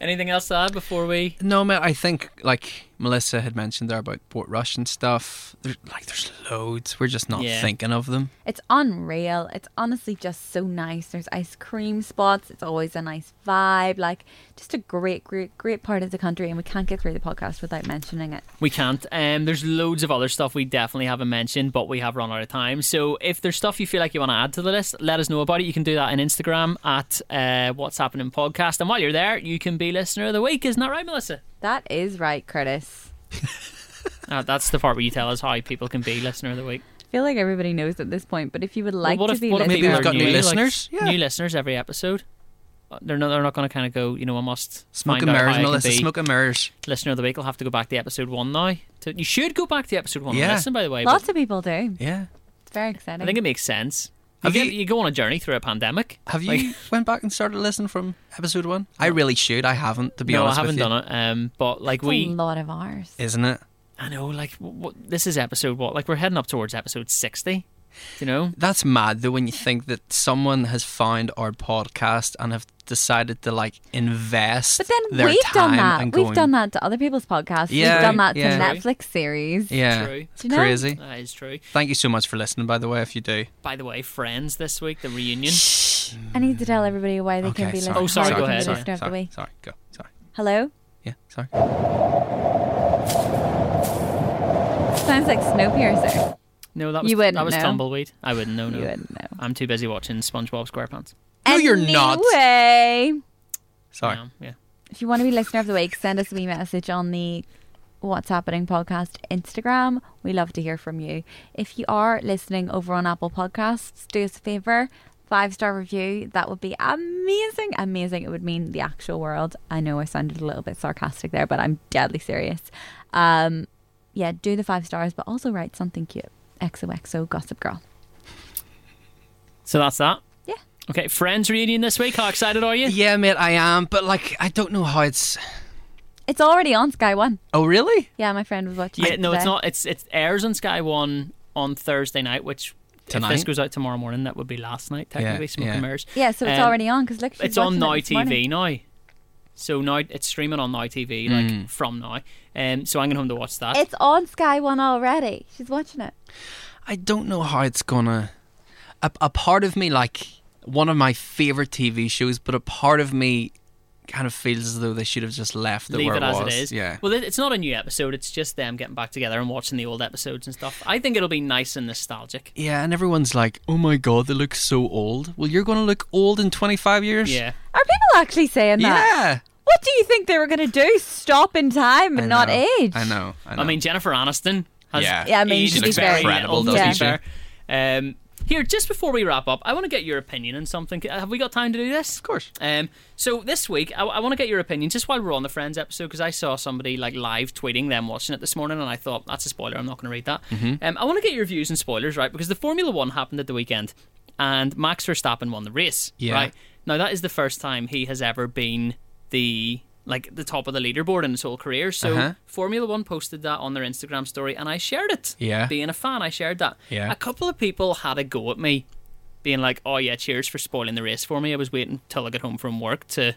Anything else to add before we?
no, man. I think like Melissa had mentioned there about Port Rush and stuff. There's like there's loads. We're just not
Yeah.
thinking of them.
It's unreal. It's honestly just so nice. There's ice cream spots. It's always a nice vibe. Like just a great, great, great part of the country, and we can't get through the podcast without mentioning it.
We can't. Um, there's loads of other stuff we definitely haven't mentioned, but we have run out of time. So if there's stuff you feel like you want to add to the list, let us know about it. You can do that on Instagram at uh, What's Happening Podcast. And while you're there, you can be listener of the week. Isn't that right, Melissa?
That is right, Curtis.
Uh, that's the part where you tell us how people can be listener of the week.
I feel like everybody knows at this point, but if you would like
Well,
to
what if,
be
what if
listening,
Maybe
people
we've
are
got new
like,
listeners? Yeah.
New listeners every episode. Uh, They're not. They're not going to kind of go. You know, I must
Smoke
find
and
out how
mirrors,
I can
Melissa.
be
Smoke and mirrors.
listener of the week. I'll have to go back to episode one now. To, you should go back to episode one.
Yeah.
And listen, by the way, but
lots of people do.
Yeah.
It's very exciting.
I think it makes sense. You,
Have
get,
you-
you go on a journey through a pandemic.
Have you
Like,
went back and started listening from episode one? I really should. I haven't. To be
no, I
honest,
haven't
with you.
done it. Um, but like
It's a
we,
lot of ours.
Isn't it?
I know. Like w- w- this is episode what? Like we're heading up towards episode sixty. Do you know?
That's mad though when you think that someone has found our podcast and have decided to like invest.
But then
their
we've
time
done that.
And
We've
going,
done that to other people's podcasts.
Yeah,
we've done that
yeah.
to Netflix series.
Yeah,
True.
it's
Do you know?
crazy.
That is true.
Thank you so much for listening, by the way. If you do,
By the way, Friends this week, the reunion.
I need to tell everybody why they can
okay.
be
Sorry.
listening.
Oh, sorry, go
how they can be
ahead,
Sorry,
listener of the
sorry,
week.
sorry, go. Sorry.
Hello.
Yeah. Sorry.
Sounds like Snowpiercer.
No, that was
You wouldn't
that was
know.
tumbleweed. I wouldn't know. No,
You wouldn't know.
I'm too busy watching SpongeBob SquarePants.
No, you're not.
Anyway,
Sorry.
Yeah, yeah.
if you want to be listener of the week, send us a wee message on the What's Happening podcast Instagram. We love to hear from you. If you are listening over on Apple Podcasts, do us a favor. Five star review, that would be amazing, amazing. It would mean the actual world. I know I sounded a little bit sarcastic there, but I'm deadly serious. Um, yeah, do the five stars, but also write something cute. XOXO Gossip Girl.
So that's that.
Yeah.
Okay, Friends reunion this week. How excited are you?
Yeah, mate, I am, but like, I don't know how it's.
It's already on Sky One.
Oh, really?
Yeah, my friend was watching.
Yeah,
it
no, it's
today.
not. It's it airs on Sky One on Thursday night, which
Tonight?
if this goes out tomorrow morning, that would be last night technically.
Yeah,
Smoke
yeah.
and mirrors.
Yeah, so it's
Um,
already on because look, she's
it's on
watching
Now
it this morning.
TV now. So now it's streaming on Now TV, like
Hmm.
from now. Um, so I'm going home to watch that.
It's on Sky One already. She's watching it.
I don't know how it's gonna. A, a part of me, like, one of my favorite TV shows, but a part of me kind of feels as though they should have just left it
Leave
where
it
it,
as
was.
it is.
Yeah.
Well, it- it's not a new episode. It's just them getting back together and watching the old episodes and stuff. I think it'll be nice and nostalgic.
yeah, and everyone's like, oh my god, they look so old. Well, you're gonna look old in 25 years?
Yeah.
Are people actually saying that?
Yeah.
What do you think they were going to do? Stop in time and
I
not
know,
age?
I know. I know.
I mean, Jennifer Aniston has
Yeah.
Yeah, I mean,
aged
she looks
very
incredible,
little, to be
doesn't
fair. Um, here, just before we wrap up, I want to get your opinion on something. Have we got time to do this? Of
course.
Um, so this week, I, I want to get your opinion just while we're on the Friends episode because I saw somebody like live tweeting them watching it this morning, and I thought that's a spoiler. I'm not going to read that.
Mm-hmm.
Um, I want to get your views and spoilers, right? Because the Formula One happened at the weekend, and Max Verstappen won the race.
Yeah.
Right. Now that is the first time he has ever been the like the top of the leaderboard in his whole career. So
Uh-huh.
Formula One posted that on their Instagram story, and I shared it.
Yeah.
Being a fan, I shared that.
Yeah.
A couple of people had a go at me, being like, "Oh yeah, cheers for spoiling the race for me. I was waiting till I got home from work to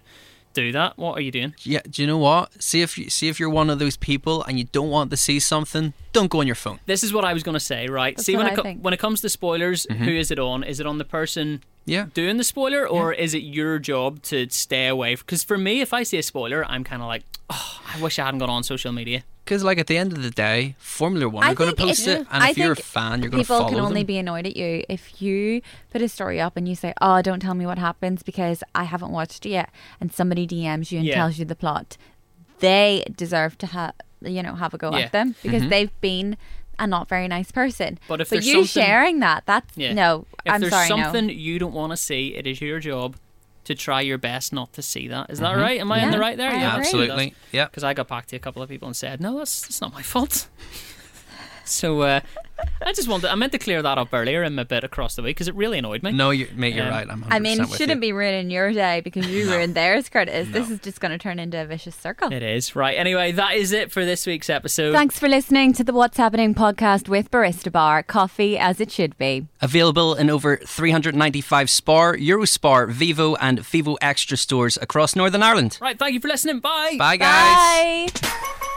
do that. What are you doing?"
Yeah, do you know what? See if you see if you're one of those people and you don't want to see something, don't go on your phone.
This is what I was going to say, right?
That's
See, when
what
it
I
co-
think.
when it comes to spoilers, who is it on? Is it on the person
Mm-hmm. Yeah.
doing the spoiler, or is it your job to stay away? Because for me, if I see a spoiler, I'm kind of like, oh, I wish I hadn't gone on social media.
Because like at the end of the day, Formula One
I
are going to
think
post
it's-
it, and
I
if you're a
think
fan, you're going to
People
follow
can only
them.
be annoyed at you if you put a story up and you say, "Oh, don't tell me what happens because I haven't watched it yet," and somebody DMs you and
Yeah.
tells you the plot. They deserve to have you know have a go
Yeah.
at them because
Mm-hmm.
they've been a not very nice person.
But if
but
there's
you
something-
sharing that, that's
Yeah.
no.
If
I'm
there's
sorry,
something
no.
you don't want to see, it is your job to try your best not to see that. Is that right? Am I in the
Yeah,
right there?
I agree.
Mm-hmm. Absolutely. Yeah.
Because I got back to a couple of people and said, no, that's, that's not my fault. so uh, I just wanted, I meant to clear that up earlier in my bit across the week because it really annoyed me.
No, you're, mate, you're
Um,
right. I'm 100%
I mean,
with
shouldn't
you.
be ruining your day because you ruined theirs, Curtis. This is just going to turn into a vicious circle.
It is. Right. Anyway, that is it for this week's episode.
Thanks for listening to the What's Happening podcast with Barista Bar, coffee as it should be.
Available in over 395 Spar, Eurospar, Vivo, and Vivo Extra stores across Northern Ireland.
right. Thank you for listening.
Bye, guys.
Bye.